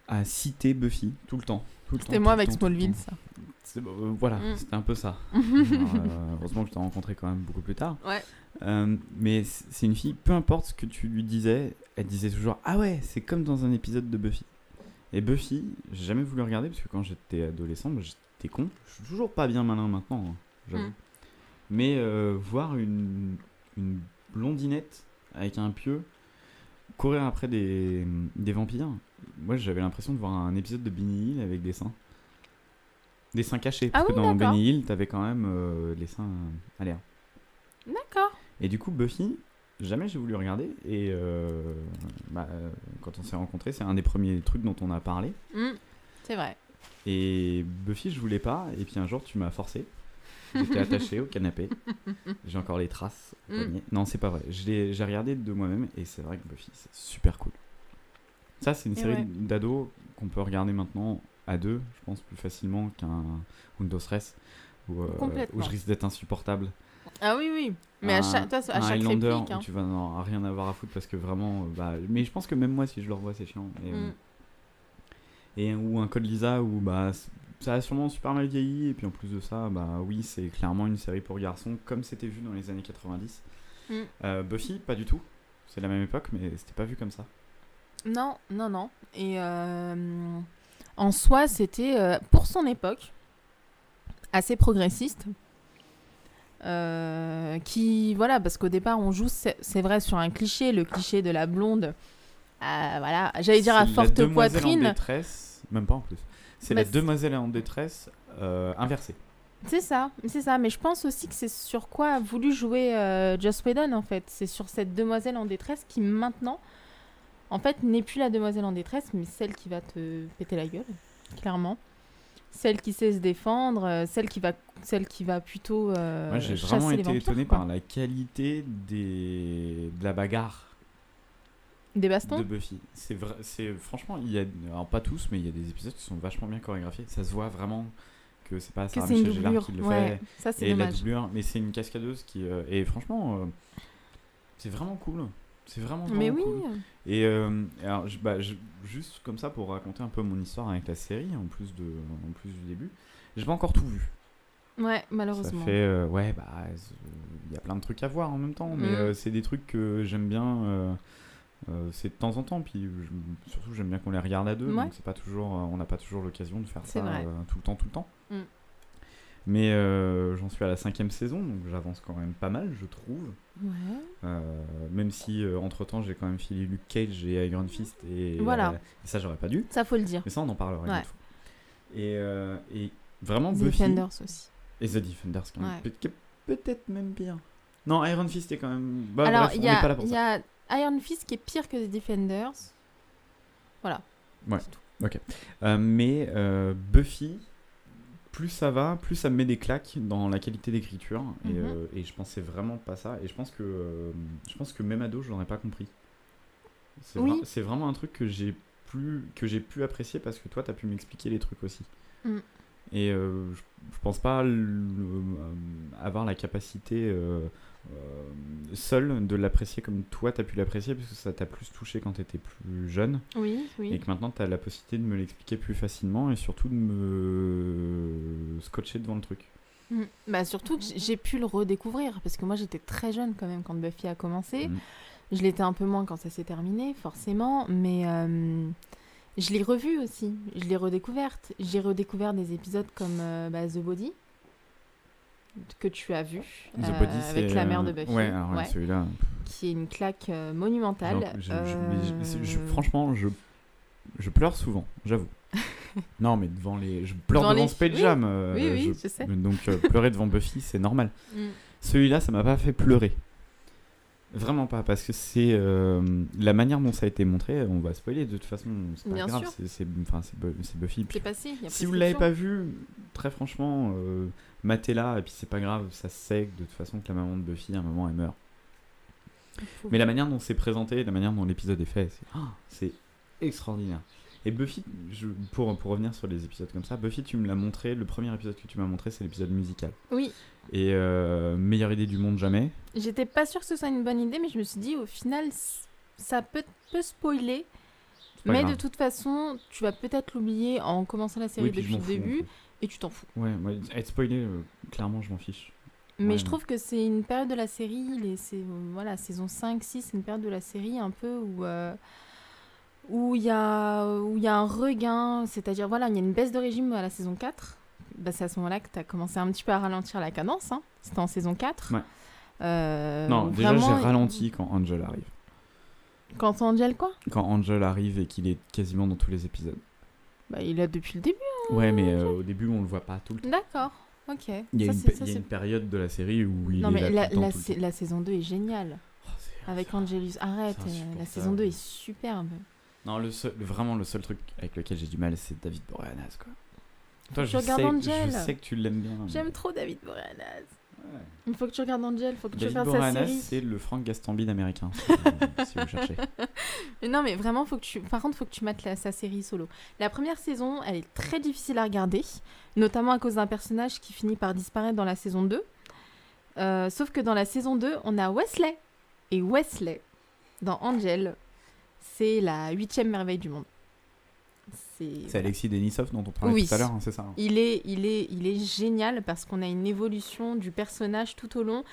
Speaker 2: à citer Buffy tout le temps. Tout le
Speaker 1: C'était
Speaker 2: temps,
Speaker 1: moi
Speaker 2: tout le
Speaker 1: avec
Speaker 2: temps, tout le
Speaker 1: Smallville,
Speaker 2: temps.
Speaker 1: ça.
Speaker 2: C'est- euh, voilà,
Speaker 1: Mm.
Speaker 2: c'était un peu ça. Alors, euh, heureusement que je t'ai rencontré quand même beaucoup plus tard.
Speaker 1: Ouais.
Speaker 2: Euh, mais c- c'est une fille, peu importe ce que tu lui disais, elle disait toujours Ah ouais, c'est comme dans un épisode de Buffy. Et Buffy, j'ai jamais voulu regarder parce que quand j'étais adolescent, bah, j'étais con. Je suis toujours pas bien malin maintenant, hein, j'avoue.
Speaker 1: Mm.
Speaker 2: Mais euh, voir une, une blondinette avec un pieu courir après des, des vampires, moi j'avais l'impression de voir un épisode de Benny Hill avec des seins. Des seins cachés, parce
Speaker 1: Ah
Speaker 2: que
Speaker 1: oui,
Speaker 2: dans
Speaker 1: d'accord.
Speaker 2: Benny Hill, t'avais quand même euh, les seins à l'air.
Speaker 1: D'accord.
Speaker 2: Et du coup, Buffy, jamais j'ai voulu regarder. Et euh, bah, euh, quand on s'est rencontrés, c'est un des premiers trucs dont on a parlé.
Speaker 1: Mm. C'est vrai.
Speaker 2: Et Buffy, je voulais pas. Et puis un jour, tu m'as forcé. J'étais attaché au canapé. J'ai encore les traces. au
Speaker 1: Mm.
Speaker 2: poignet. Non, c'est pas vrai. Je l'ai- J'ai regardé de moi-même. Et c'est vrai que Buffy, c'est super cool. Ça, c'est une
Speaker 1: Et
Speaker 2: série
Speaker 1: ouais.
Speaker 2: d'ados qu'on peut regarder maintenant à deux, je pense, plus facilement qu'un Windows Res. Où, euh,
Speaker 1: Complètement.
Speaker 2: où je risque d'être insupportable.
Speaker 1: Ah oui, oui. Mais à
Speaker 2: Un-
Speaker 1: chaque, toi, à
Speaker 2: un
Speaker 1: chaque
Speaker 2: Highlander
Speaker 1: réplique. hein.
Speaker 2: où tu vas n'en rien avoir à foutre parce que vraiment euh, bah, mais je pense que même moi si je le revois c'est chiant et, euh,
Speaker 1: Mm.
Speaker 2: et ou un code Lisa où bah c- ça a sûrement super mal vieilli et puis en plus de ça bah oui c'est clairement une série pour garçons comme c'était vu dans les années 90
Speaker 1: Mm.
Speaker 2: Euh, Buffy pas du tout c'est la même époque mais c'était pas vu comme ça
Speaker 1: Non, non, non. Et euh, en soi, c'était euh, pour son époque assez progressiste. Euh, qui voilà parce qu'au départ on joue c'est c'est vrai sur un cliché le cliché de la blonde à- voilà j'allais dire à
Speaker 2: C'est la
Speaker 1: forte
Speaker 2: demoiselle en
Speaker 1: poitrine
Speaker 2: détresse même pas en plus c'est
Speaker 1: Bah,
Speaker 2: la
Speaker 1: c'est-
Speaker 2: demoiselle en détresse euh, inversée
Speaker 1: c'est ça c'est ça mais je pense aussi que c'est sur quoi a voulu jouer euh, Joss Whedon en fait c'est sur cette demoiselle en détresse qui maintenant en fait n'est plus la demoiselle en détresse, mais celle qui va te péter la gueule, clairement. Celle qui sait se défendre, euh, celle qui va, celle qui va plutôt euh,
Speaker 2: Moi, j'ai
Speaker 1: chasser
Speaker 2: vraiment
Speaker 1: les
Speaker 2: été
Speaker 1: vampires,
Speaker 2: étonné
Speaker 1: quoi.
Speaker 2: par la qualité des... de la bagarre
Speaker 1: des bastons.
Speaker 2: de Buffy. C'est vrai, c'est franchement, il y a alors pas tous, mais il y a des épisodes qui sont vachement bien chorégraphiés. Ça se voit vraiment que c'est pas
Speaker 1: Que
Speaker 2: Sarah
Speaker 1: c'est une
Speaker 2: Michel Gellar
Speaker 1: doublure.
Speaker 2: qui le
Speaker 1: Ouais, ça
Speaker 2: fait
Speaker 1: c'est
Speaker 2: et la
Speaker 1: dommage.
Speaker 2: doublure, mais c'est une cascadeuse qui euh, et franchement, euh, c'est vraiment cool. C'est vraiment, vraiment
Speaker 1: Mais oui.
Speaker 2: oh, cool. Et euh, alors, je- bah, je- juste comme ça pour raconter un peu mon histoire avec la série, en plus de, en plus du début, j'ai pas encore tout vu.
Speaker 1: Ouais,
Speaker 2: Ça
Speaker 1: malheureusement.
Speaker 2: fait, euh, ouais, bah, il y a plein de trucs à voir en même temps, mais
Speaker 1: Mm.
Speaker 2: euh, c'est des trucs que j'aime bien. euh, euh, c'est de temps en temps, puis je- surtout j'aime bien qu'on les regarde à deux,
Speaker 1: Ouais.
Speaker 2: donc c'est pas toujours, euh, on n'a pas toujours l'occasion de faire
Speaker 1: C'est
Speaker 2: ça
Speaker 1: vrai.
Speaker 2: euh, tout le temps, tout le temps.
Speaker 1: Mm.
Speaker 2: Mais euh, j'en suis à la cinquième saison, donc j'avance quand même pas mal, je trouve.
Speaker 1: Ouais.
Speaker 2: Euh, même si entre temps j'ai quand même filé Luke Cage et Iron Fist, et,
Speaker 1: Voilà.
Speaker 2: euh, et ça j'aurais pas dû,
Speaker 1: Ça faut le dire.
Speaker 2: mais ça on en parlera une
Speaker 1: Ouais.
Speaker 2: autre fois. Et, euh, et vraiment,
Speaker 1: The
Speaker 2: Buffy.
Speaker 1: Defenders aussi.
Speaker 2: Et The Defenders, quand même.
Speaker 1: Ouais.
Speaker 2: Peut- qui est Peut-être même pire. Non, Iron Fist est quand même. Bah,
Speaker 1: Alors
Speaker 2: bref,
Speaker 1: il
Speaker 2: on
Speaker 1: y
Speaker 2: n'est pas là
Speaker 1: a,
Speaker 2: pour
Speaker 1: il y
Speaker 2: ça.
Speaker 1: a Iron Fist qui est pire que The Defenders. Voilà.
Speaker 2: Ouais.
Speaker 1: C'est tout.
Speaker 2: Euh, mais euh, Buffy, plus ça va, plus ça me met des claques dans la qualité d'écriture. Et,
Speaker 1: Mhm.
Speaker 2: euh, et je pensais vraiment pas ça. Et je pense que, euh, je pense que même ado, je l'aurais pas compris. C'est
Speaker 1: Oui.
Speaker 2: vra- c'est vraiment un truc que j'ai plus que j'ai pu apprécier parce que toi, t'as pu m'expliquer les trucs aussi.
Speaker 1: Mm.
Speaker 2: Et euh, je, je pense pas le- euh, avoir la capacité euh, euh, seule de l'apprécier comme toi, t'as pu l'apprécier parce que ça t'a plus touché quand t'étais plus jeune
Speaker 1: Oui, oui.
Speaker 2: et que maintenant tu as la possibilité de me l'expliquer plus facilement et surtout de me scotcher devant le truc.
Speaker 1: Mm. Bah surtout que j- j'ai pu le redécouvrir parce que moi j'étais très jeune quand même quand Buffy a commencé.
Speaker 2: Mm.
Speaker 1: Je l'étais un peu moins quand ça s'est terminé forcément, mais euh, je l'ai revue aussi. Je l'ai redécouverte. J'ai redécouvert des épisodes comme euh, bah, The Body que tu as vu euh, avec la mère de Buffy,
Speaker 2: Ouais, alors ouais,
Speaker 1: ouais,
Speaker 2: celui-là.
Speaker 1: qui est une claque euh, monumentale.
Speaker 2: genre, j'ai- j'ai- mais j'ai- je-
Speaker 1: Euh,
Speaker 2: franchement, je, je pleure souvent, j'avoue. non, mais devant les. Je pleure
Speaker 1: Dans
Speaker 2: devant
Speaker 1: les-
Speaker 2: Space
Speaker 1: oui,
Speaker 2: Jam. euh,
Speaker 1: oui, oui, je sais.
Speaker 2: Donc euh, pleurer devant Buffy, c'est normal.
Speaker 1: mm.
Speaker 2: Celui-là, ça m'a pas fait pleurer. Vraiment pas, parce que c'est euh, la manière dont ça a été montré. On va spoiler de toute façon, c'est pas
Speaker 1: Bien
Speaker 2: grave.
Speaker 1: sûr.
Speaker 2: C'est c'est- enfin, c'est Bu- c'est Buffy. puis
Speaker 1: C'est passé. il y a
Speaker 2: Si vous l'avez
Speaker 1: prescription.
Speaker 2: pas vu, très franchement, euh, matez-la, et puis c'est pas grave, ça se sait que de toute façon que la maman de Buffy, à un moment, elle meurt. Mais la manière dont c'est présenté, la manière dont l'épisode est fait, c'est ah, c'est extraordinaire. Et Buffy, je- pour, pour revenir sur les épisodes comme ça, Buffy, tu me l'as montré, le premier épisode que tu m'as montré, c'est l'épisode musical.
Speaker 1: Oui,
Speaker 2: Et euh, meilleure idée du monde jamais.
Speaker 1: J'étais pas sûre que ce soit une bonne idée, mais je me suis dit au final, c- ça peut, peut spoiler
Speaker 2: pas
Speaker 1: Mais
Speaker 2: grave.
Speaker 1: de toute façon, tu vas peut-être l'oublier en commençant la série
Speaker 2: Oui, puis je
Speaker 1: depuis le
Speaker 2: m'en fous, en
Speaker 1: début et tu t'en fous.
Speaker 2: Ouais, moi, être spoilé, euh, clairement, je m'en fiche.
Speaker 1: Mais
Speaker 2: Ouais,
Speaker 1: je
Speaker 2: non.
Speaker 1: trouve que c'est une période de la série, les, sais- voilà, saison 5, 6, c'est une période de la série un peu où euh, où il y, a- où il y a un regain, c'est-à-dire voilà, il y a une baisse de régime à la saison 4. Bah, c'est à ce moment-là que tu as commencé un petit peu à ralentir la cadence, hein. c'était en saison 4.
Speaker 2: Ouais.
Speaker 1: Euh,
Speaker 2: non,
Speaker 1: donc
Speaker 2: déjà,
Speaker 1: vraiment,
Speaker 2: j'ai ralenti quand Angel arrive.
Speaker 1: Quand Angel, quoi
Speaker 2: Quand Angel arrive et qu'il est quasiment dans tous les épisodes.
Speaker 1: bah, Il est là depuis le début.
Speaker 2: Ouais, mais
Speaker 1: Ah.
Speaker 2: euh, au début, on le voit pas tout le temps.
Speaker 1: D'accord, ok.
Speaker 2: Il y a,
Speaker 1: Ça,
Speaker 2: une,
Speaker 1: c'est- ça,
Speaker 2: pa- il y a
Speaker 1: c'est-
Speaker 2: une période de la série où il
Speaker 1: Non,
Speaker 2: est
Speaker 1: mais
Speaker 2: là
Speaker 1: la,
Speaker 2: tout le temps,
Speaker 1: la
Speaker 2: tout le
Speaker 1: sa-
Speaker 2: temps.
Speaker 1: la saison 2 est géniale.
Speaker 2: Oh, c'est-
Speaker 1: Avec
Speaker 2: c'est-
Speaker 1: Angelus, arrête,
Speaker 2: c'est
Speaker 1: euh, la
Speaker 2: insupportable.
Speaker 1: saison 2 est superbe.
Speaker 2: Non, le seul, vraiment le seul truc avec lequel j'ai du mal, c'est David Boreanaz, quoi. Toi,
Speaker 1: Tu
Speaker 2: je
Speaker 1: regardes
Speaker 2: sais,
Speaker 1: Angel.
Speaker 2: je sais que tu l'aimes bien. mais-
Speaker 1: J'aime trop David Boreanaz.
Speaker 2: Ouais.
Speaker 1: Il faut que tu regardes Angel, faut que tu
Speaker 2: David
Speaker 1: regardes sa
Speaker 2: Boreanaz,
Speaker 1: série.
Speaker 2: c'est le Frank Gastambide américain, si- si vous cherchez.
Speaker 1: Mais Non mais vraiment, faut que tu... par contre, faut que tu mates la- sa série solo. La première saison, elle est très difficile à regarder, notamment à cause d'un personnage qui finit par disparaître dans la saison 2. Euh, sauf que dans la saison 2, on a Wesley. Et Wesley, dans Angel, c'est la huitième merveille du monde.
Speaker 2: C'est Alexis Denisov dont on parlait
Speaker 1: Oui.
Speaker 2: tout à l'heure, hein, c'est ça. hein.
Speaker 1: Il est, il est, il est génial parce qu'on a une évolution du personnage tout au long.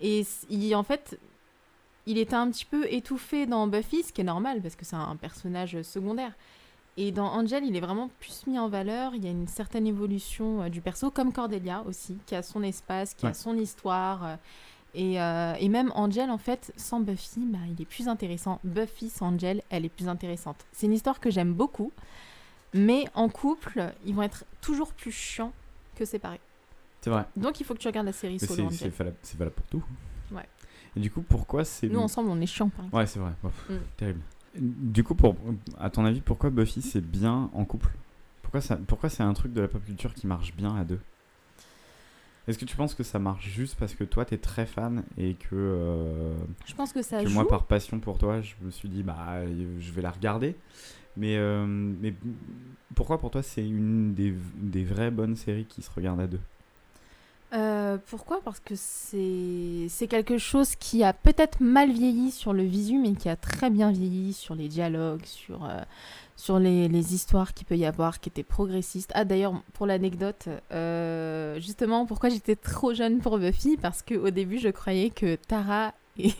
Speaker 1: Et s- il, en fait, il était un petit peu étouffé dans Buffy, ce qui est normal parce que c'est un personnage secondaire. Et dans Angel, il est vraiment plus mis en valeur. Il y a une certaine évolution euh, du perso, comme Cordelia aussi, qui a son espace, qui a
Speaker 2: Ouais.
Speaker 1: son histoire. euh, et, euh, et même Angel, en fait, sans Buffy, bah, il est plus intéressant. Buffy sans Angel, elle est plus intéressante. C'est une histoire que j'aime beaucoup, mais en couple, ils vont être toujours plus chiants que séparés.
Speaker 2: C'est vrai.
Speaker 1: Donc il faut que tu regardes la série
Speaker 2: Mais
Speaker 1: solo
Speaker 2: c'est- c'est
Speaker 1: Angel.
Speaker 2: valable, c'est valable pour tout.
Speaker 1: Ouais.
Speaker 2: Et du coup, pourquoi c'est.
Speaker 1: Nous, ensemble, on est chiants, par exemple.
Speaker 2: Ouais, c'est vrai. Oh, pff,
Speaker 1: Mm.
Speaker 2: Terrible. Du coup, pour, à ton avis, pourquoi Buffy c'est bien en couple Pourquoi, ça, pourquoi c'est un truc de la pop culture qui marche bien à deux Est-ce que tu penses que ça marche juste parce que toi t'es très fan et que, euh,
Speaker 1: Je pense que ça
Speaker 2: que
Speaker 1: joue.
Speaker 2: moi par passion pour toi je me suis dit bah euh, je vais la regarder mais, euh, mais pourquoi pour toi c'est une des, des vraies bonnes séries qui se regardent à deux
Speaker 1: Euh, pourquoi Parce que c'est c'est quelque chose qui a peut-être mal vieilli sur le visu, mais qui a très bien vieilli sur les dialogues, sur, euh, sur les, les histoires qu'il peut y avoir, qui étaient progressistes. Ah d'ailleurs, pour l'anecdote, euh, justement, pourquoi j'étais trop jeune pour Buffy Parce qu'au début, je croyais que Tara et,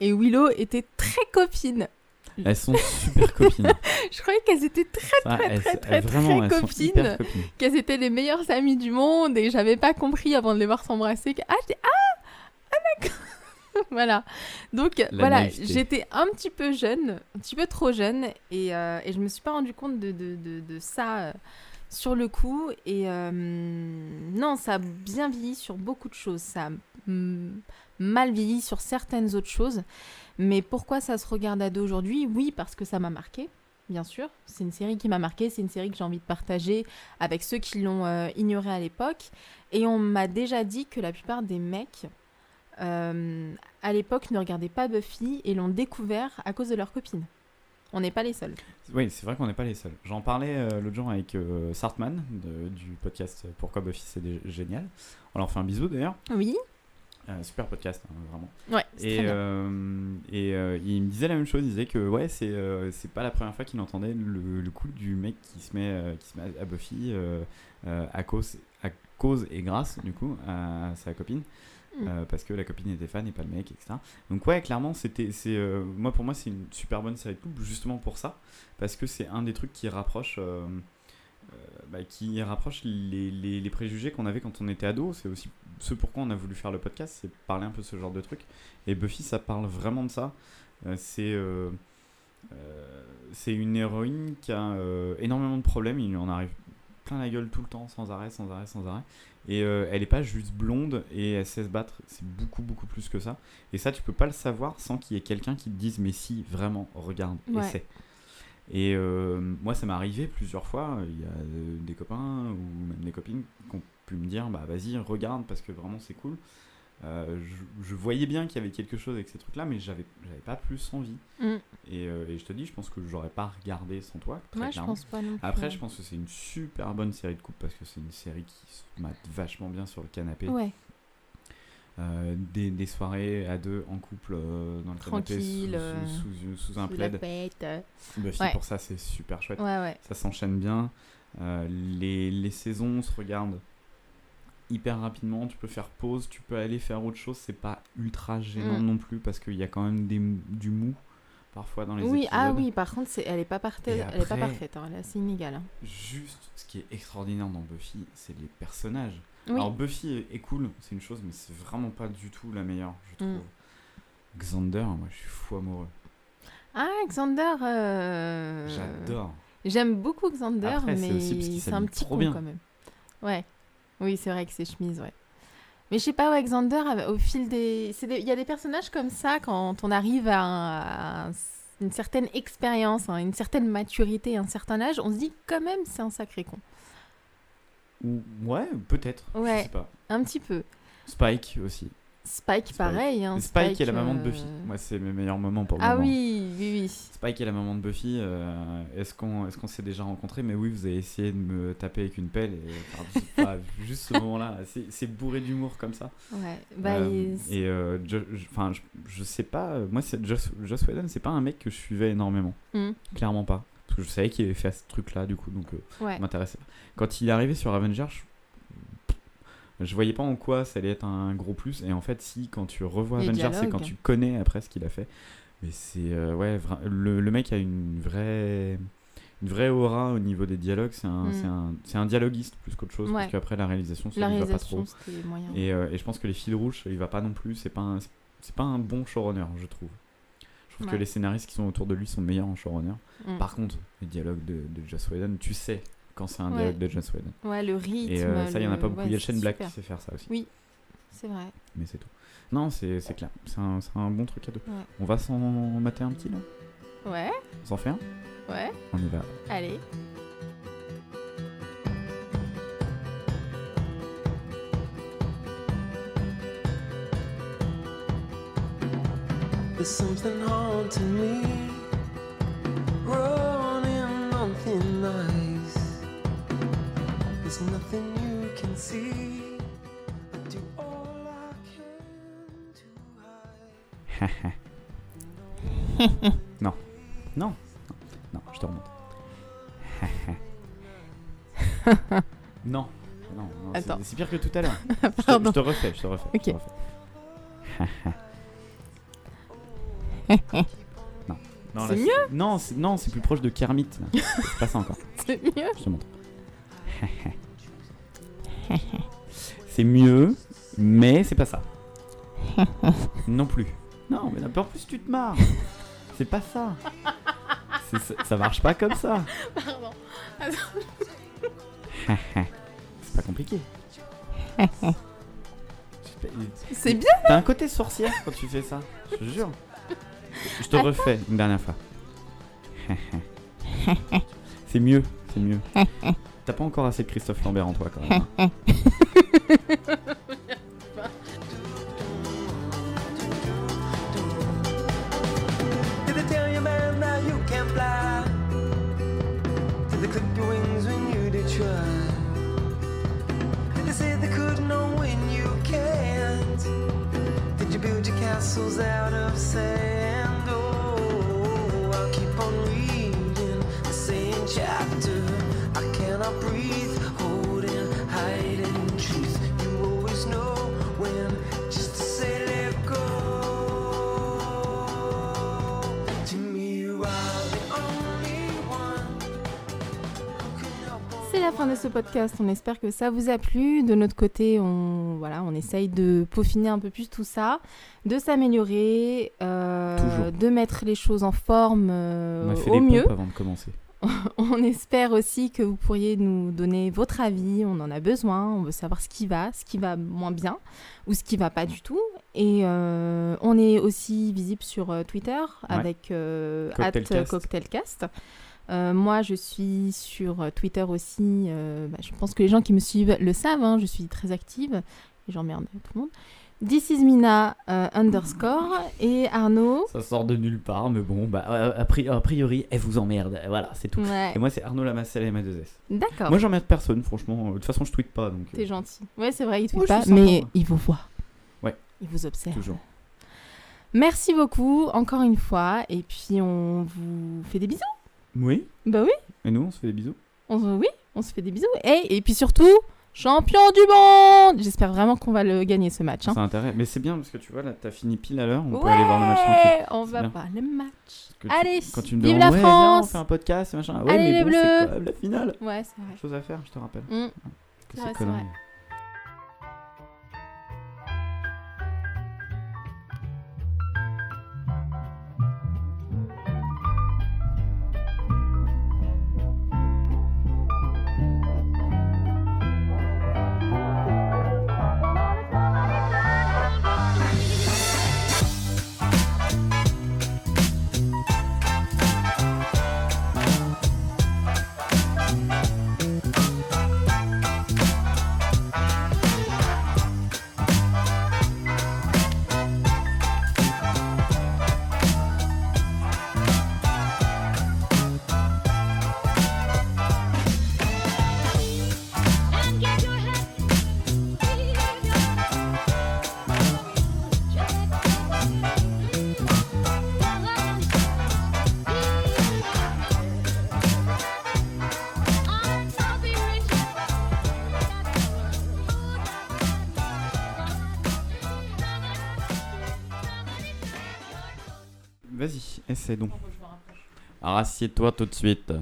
Speaker 1: et Willow étaient très copines. Mm.
Speaker 2: Elles sont super copines.
Speaker 1: Je croyais qu'elles étaient très,
Speaker 2: Ça,
Speaker 1: très,
Speaker 2: elles-
Speaker 1: très,
Speaker 2: elles-
Speaker 1: très,
Speaker 2: vraiment,
Speaker 1: très
Speaker 2: elles sont
Speaker 1: copines.
Speaker 2: hyper copines.
Speaker 1: qu'elles étaient les meilleures amies du monde et j'avais pas compris avant de les voir s'embrasser que ah j'ai- ah, ah, d'accord voilà donc voilà
Speaker 2: naïveté.
Speaker 1: j'étais un petit peu jeune un petit peu trop jeune et, euh, et je me suis pas rendu compte de, de, de- de ça euh, sur le coup et euh, non ça a bien vieilli sur beaucoup de choses ça a mm, mal vieilli sur certaines autres choses mais pourquoi ça se regarde à deux aujourd'hui oui parce que ça m'a marqué bien sûr c'est une série qui m'a marqué c'est une série que j'ai envie de partager avec ceux qui l'ont euh, ignoré à l'époque. Et on m'a déjà dit que la plupart des mecs euh, à l'époque ne regardaient pas Buffy et l'ont découvert à cause de leurs copines. On n'est pas les seuls.
Speaker 2: Oui, c'est vrai qu'on n'est pas les seuls. J'en parlais euh, l'autre jour avec euh, Sartman de- du podcast Pourquoi Buffy c'est dé- génial. On leur fait un bisou d'ailleurs.
Speaker 1: Oui.
Speaker 2: Euh, super podcast, hein, vraiment.
Speaker 1: Ouais, c'est
Speaker 2: Et,
Speaker 1: très bien.
Speaker 2: euh, et euh, il me disait la même chose. Il disait que ouais, c'est euh, c'est pas la première fois qu'il entendait le, le coup du mec qui se met, euh, qui se met à Buffy euh, euh, à, cause, à cause et grâce, du coup, à sa copine.
Speaker 1: Mm.
Speaker 2: euh, parce que la copine était fan et pas le mec, etc. Donc, ouais, clairement, c'était, c'est, euh, moi pour moi, c'est une super bonne série de couple, justement pour ça, parce que c'est un des trucs qui rapproche, euh, euh, bah, qui rapproche les, les- les préjugés qu'on avait quand on était ado. C'est aussi ce pourquoi on a voulu faire le podcast, c'est parler un peu ce genre de trucs. Et Buffy, ça parle vraiment de ça. Euh, c'est euh, euh, c'est une héroïne qui a euh, énormément de problèmes. Il lui en arrive plein la gueule tout le temps, sans arrêt, sans arrêt, sans arrêt. Et euh, elle est pas juste blonde et elle sait se battre. C'est beaucoup, beaucoup plus que ça. Et ça, tu peux pas le savoir sans qu'il y ait quelqu'un qui te dise Mais si, vraiment, regarde,
Speaker 1: Ouais.
Speaker 2: essaie. Et euh, moi, ça m'est arrivé plusieurs fois. Il y a euh, des copains ou même des copines qui ont pu me dire Bah vas-y, regarde parce que vraiment, c'est cool. Euh, je, je voyais bien qu'il y avait quelque chose avec ces trucs-là, mais j'avais j'avais pas plus envie.
Speaker 1: Mm.
Speaker 2: Et, euh, et je te dis, je pense que j'aurais pas regardé sans toi. Très
Speaker 1: Moi, je
Speaker 2: clairement.
Speaker 1: pense pas non plus.
Speaker 2: Après, je pense que c'est une super bonne série de couple parce que c'est une série qui se mate vachement bien sur le canapé.
Speaker 1: Ouais.
Speaker 2: euh, des, des soirées à deux en couple euh, dans le canapé,
Speaker 1: Tranquille,
Speaker 2: sous,
Speaker 1: euh,
Speaker 2: sous- sous- sous un
Speaker 1: Sous la
Speaker 2: plaid.
Speaker 1: couette, euh.
Speaker 2: Buffy,
Speaker 1: Ouais.
Speaker 2: pour ça, c'est super chouette.
Speaker 1: Ouais, ouais.
Speaker 2: Ça s'enchaîne bien. Euh, les, les saisons se regardent hyper rapidement. Tu peux faire pause, tu peux aller faire autre chose. C'est pas ultra gênant
Speaker 1: Mm.
Speaker 2: non plus parce qu'il y a quand même des, du mou parfois dans les
Speaker 1: Oui, ah
Speaker 2: épisodes.
Speaker 1: oui, par contre, c'est- elle est pas, parfaite-
Speaker 2: Et
Speaker 1: elle est pas
Speaker 2: après-
Speaker 1: parfaite, hein, elle est assez inégale. hein.
Speaker 2: Juste ce qui est extraordinaire dans Buffy, c'est les personnages.
Speaker 1: Oui.
Speaker 2: Alors Buffy est, est cool, c'est une chose, mais c'est vraiment pas du tout la meilleure, je
Speaker 1: Mm.
Speaker 2: trouve. Xander, moi je suis fou amoureux.
Speaker 1: Ah, Xander. euh,
Speaker 2: J'adore.
Speaker 1: J'aime beaucoup Xander,
Speaker 2: Après, c'est aussi parce
Speaker 1: mais
Speaker 2: qu'il
Speaker 1: c'est un
Speaker 2: s'habille
Speaker 1: petit
Speaker 2: trop
Speaker 1: con
Speaker 2: bien.
Speaker 1: quand même. Ouais. Oui, c'est vrai que ses chemises, ouais. Mais je sais pas, ouais, Xander, av- au fil des... c'est des- Il y a des personnages comme ça, quand on arrive à, un- à un- une certaine expérience, hein, une certaine maturité, un certain âge, on se dit quand même c'est un sacré con.
Speaker 2: Ou ouais, peut-être.
Speaker 1: Ouais.
Speaker 2: Je sais pas.
Speaker 1: Un petit peu.
Speaker 2: Spike aussi.
Speaker 1: Spike, pareil. hein,
Speaker 2: Mais Spike, est la maman de
Speaker 1: euh,
Speaker 2: Buffy. Moi, c'est mes meilleurs moments pour le
Speaker 1: Ah
Speaker 2: moment.
Speaker 1: oui, oui, oui.
Speaker 2: Spike est la maman de Buffy. euh, est-ce qu'on est-ce qu'on s'est déjà rencontrés Mais oui, vous avez essayé de me taper avec une pelle. Et, enfin, je sais pas, juste ce moment-là, c'est c'est bourré d'humour comme ça.
Speaker 1: Ouais. Bah,
Speaker 2: Euh,
Speaker 1: il-
Speaker 2: et euh, Jo- je- enfin, je, je sais pas. euh, Moi, c'est Joss, Joss Whedon, c'est pas un mec que je suivais énormément.
Speaker 1: Hmm.
Speaker 2: Clairement pas. Parce que je savais qu'il avait fait ce truc-là, du coup, donc euh,
Speaker 1: ouais.
Speaker 2: ça m'intéressait pas. Quand il est arrivé sur Avengers, je... je voyais pas en quoi ça allait être un gros plus. Et en fait, si, quand tu revois
Speaker 1: Les
Speaker 2: Avengers, c'est
Speaker 1: dialogues.
Speaker 2: quand tu connais après ce qu'il a fait. Mais c'est. euh, ouais, vra- le, le mec a une vraie. Une vraie aura au niveau des dialogues. C'est un,
Speaker 1: Hmm.
Speaker 2: c'est un, c'est un dialoguiste plus qu'autre chose.
Speaker 1: Ouais.
Speaker 2: Parce qu'après, la réalisation, ça
Speaker 1: La
Speaker 2: lui va pas trop.
Speaker 1: réalisation, c'était moyen.
Speaker 2: Et, euh, et je pense que les fils rouges, il va pas non plus. C'est pas un, c'est pas un bon showrunner, je trouve. Je trouve
Speaker 1: Ouais.
Speaker 2: que les scénaristes qui sont autour de lui sont meilleurs en showrunner.
Speaker 1: Mm.
Speaker 2: Par contre, les dialogues de, de Joss Whedon, tu sais quand c'est un
Speaker 1: Ouais.
Speaker 2: dialogue de Joss Whedon.
Speaker 1: Ouais, le rythme.
Speaker 2: Et euh, ça, il y en a
Speaker 1: le-
Speaker 2: pas beaucoup.
Speaker 1: ouais,
Speaker 2: il y a
Speaker 1: c'est
Speaker 2: Shane Black
Speaker 1: super.
Speaker 2: qui sait faire ça aussi.
Speaker 1: Oui. C'est vrai.
Speaker 2: Mais c'est tout. Non, c'est c'est clair. C'est un, c'est un bon truc à deux.
Speaker 1: Ouais.
Speaker 2: On va s'en mater un petit là
Speaker 1: Ouais,
Speaker 2: On s'en fait un
Speaker 1: ouais.
Speaker 2: On y va.
Speaker 1: Allez.
Speaker 3: There's something haunting me, running on thin ice. There's nothing you can see. I do all I can to hide.
Speaker 2: non. Non. Non, je te remonte. non. Non, non, c'est-
Speaker 1: Attends.
Speaker 2: c'est pire que tout à l'heure. Je te-
Speaker 1: Pardon.
Speaker 2: Je te refais, je te refais. je te
Speaker 1: Ok.
Speaker 2: refais. non. Non, là,
Speaker 1: C'est
Speaker 2: Non, c'est, non, c'est plus proche de Kermit. là. C'est pas ça encore.
Speaker 1: C'est mieux.
Speaker 2: Je te montre. c'est mieux, mais c'est pas ça. non plus. Non, mais en plus tu te marres. C'est pas ça. C'est- ça. Ça marche pas comme ça.
Speaker 1: Pardon.
Speaker 2: C'est pas compliqué. C'est pas-
Speaker 1: C'est bien.
Speaker 2: T'as un côté sorcière quand tu fais ça, je te jure. Je te refais une dernière fois. c'est mieux, c'est mieux. T'as pas encore assez de Christophe Lambert en toi quand même. hein.
Speaker 3: Did they tell you, man, that you can't fly? Did they clip your wings when you did try? Did they say they couldn't know when you can't? Did you build your castles out of sand? Oh, I'll keep on reading the same chapter. I cannot breathe, holding, hiding truth. You always know when just to say let go. To me, you are the only one who can help
Speaker 1: C'est la fin de ce podcast. On espère que ça vous a plu. De notre côté, on voilà, on essaye de peaufiner un peu plus tout ça, de s'améliorer, euh,
Speaker 2: Toujours.
Speaker 1: de mettre les choses en forme euh,
Speaker 2: On a fait
Speaker 1: au
Speaker 2: les
Speaker 1: mieux.
Speaker 2: pompes avant de commencer.
Speaker 1: On espère aussi que vous pourriez nous donner votre avis. On en a besoin. On veut savoir ce qui va, ce qui va moins bien ou ce qui va pas du tout. Et euh, on est aussi visible sur euh, Twitter avec euh, at,
Speaker 2: Cocktailcast.
Speaker 1: euh, Cocktailcast. Euh, moi, je suis sur euh, Twitter aussi. euh, bah, je pense que les gens qui me suivent le savent. hein, je suis très active et j'emmerde tout le monde. This is Mina euh, underscore et Arnaud.
Speaker 2: Ça sort de nulle part, mais bon, bah a, priori, elle vous emmerde. Voilà, c'est tout.
Speaker 1: Ouais,
Speaker 2: Et moi, c'est Arnaud Lamasselle et ma 2S.
Speaker 1: D'accord.
Speaker 2: Moi, j'emmerde personne, franchement. De toute façon, je tweete pas donc. euh,
Speaker 1: T'es gentil. Ouais, c'est vrai, il te fait
Speaker 2: Ouais, je
Speaker 1: pas,
Speaker 2: suis sympa,
Speaker 1: mais
Speaker 2: moi.
Speaker 1: il vous voit.
Speaker 2: Ouais.
Speaker 1: Il vous observe.
Speaker 2: Toujours.
Speaker 1: Merci beaucoup, encore une fois. Et puis, on vous fait des bisous.
Speaker 2: Oui.
Speaker 1: Bah oui,
Speaker 2: Et nous, on se fait des bisous.
Speaker 1: on se, oui, on se fait des bisous. Et, et puis surtout, champion du monde J'espère vraiment qu'on va le gagner ce match. hein.
Speaker 2: Ça a intérêt. Mais c'est bien parce que tu vois, là, t'as fini pile à l'heure. On peut
Speaker 1: Ouais,
Speaker 2: aller voir le match tranquille.
Speaker 1: On
Speaker 2: C'est
Speaker 1: va
Speaker 2: bien.
Speaker 1: voir le match.
Speaker 2: Parce que tu-
Speaker 1: Allez,
Speaker 2: quand tu me
Speaker 1: vive
Speaker 2: demandes,
Speaker 1: la
Speaker 2: ouais, viens, on
Speaker 1: France
Speaker 2: fait un podcast, machin. Ouais,
Speaker 1: Allez,
Speaker 2: mais
Speaker 1: les
Speaker 2: bon,
Speaker 1: Bleus.
Speaker 2: c'est quand même la finale.
Speaker 1: Ouais, c'est vrai.
Speaker 2: Chose à faire, je te rappelle.
Speaker 1: Mm.
Speaker 2: Que
Speaker 1: C'est vrai,
Speaker 2: c'est
Speaker 1: c'est
Speaker 2: connerie. Vas-y, essaie donc. Alors assieds-toi tout de suite.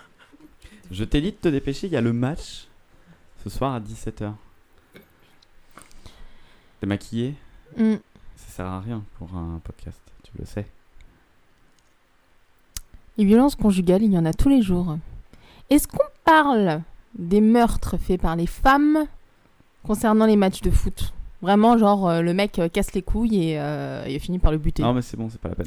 Speaker 2: Je t'ai dit de te dépêcher, il y a le match ce soir à 17h. T'es maquillée
Speaker 1: Mm.
Speaker 2: Ça sert à rien pour un podcast, tu le sais.
Speaker 1: Les violences conjugales, il y en a tous les jours. Est-ce qu'on parle des meurtres faits par les femmes concernant les matchs de foot Vraiment, genre, euh, le mec euh, casse les couilles et euh, il finit par le buter.
Speaker 2: Non mais c'est bon, c'est pas la peine.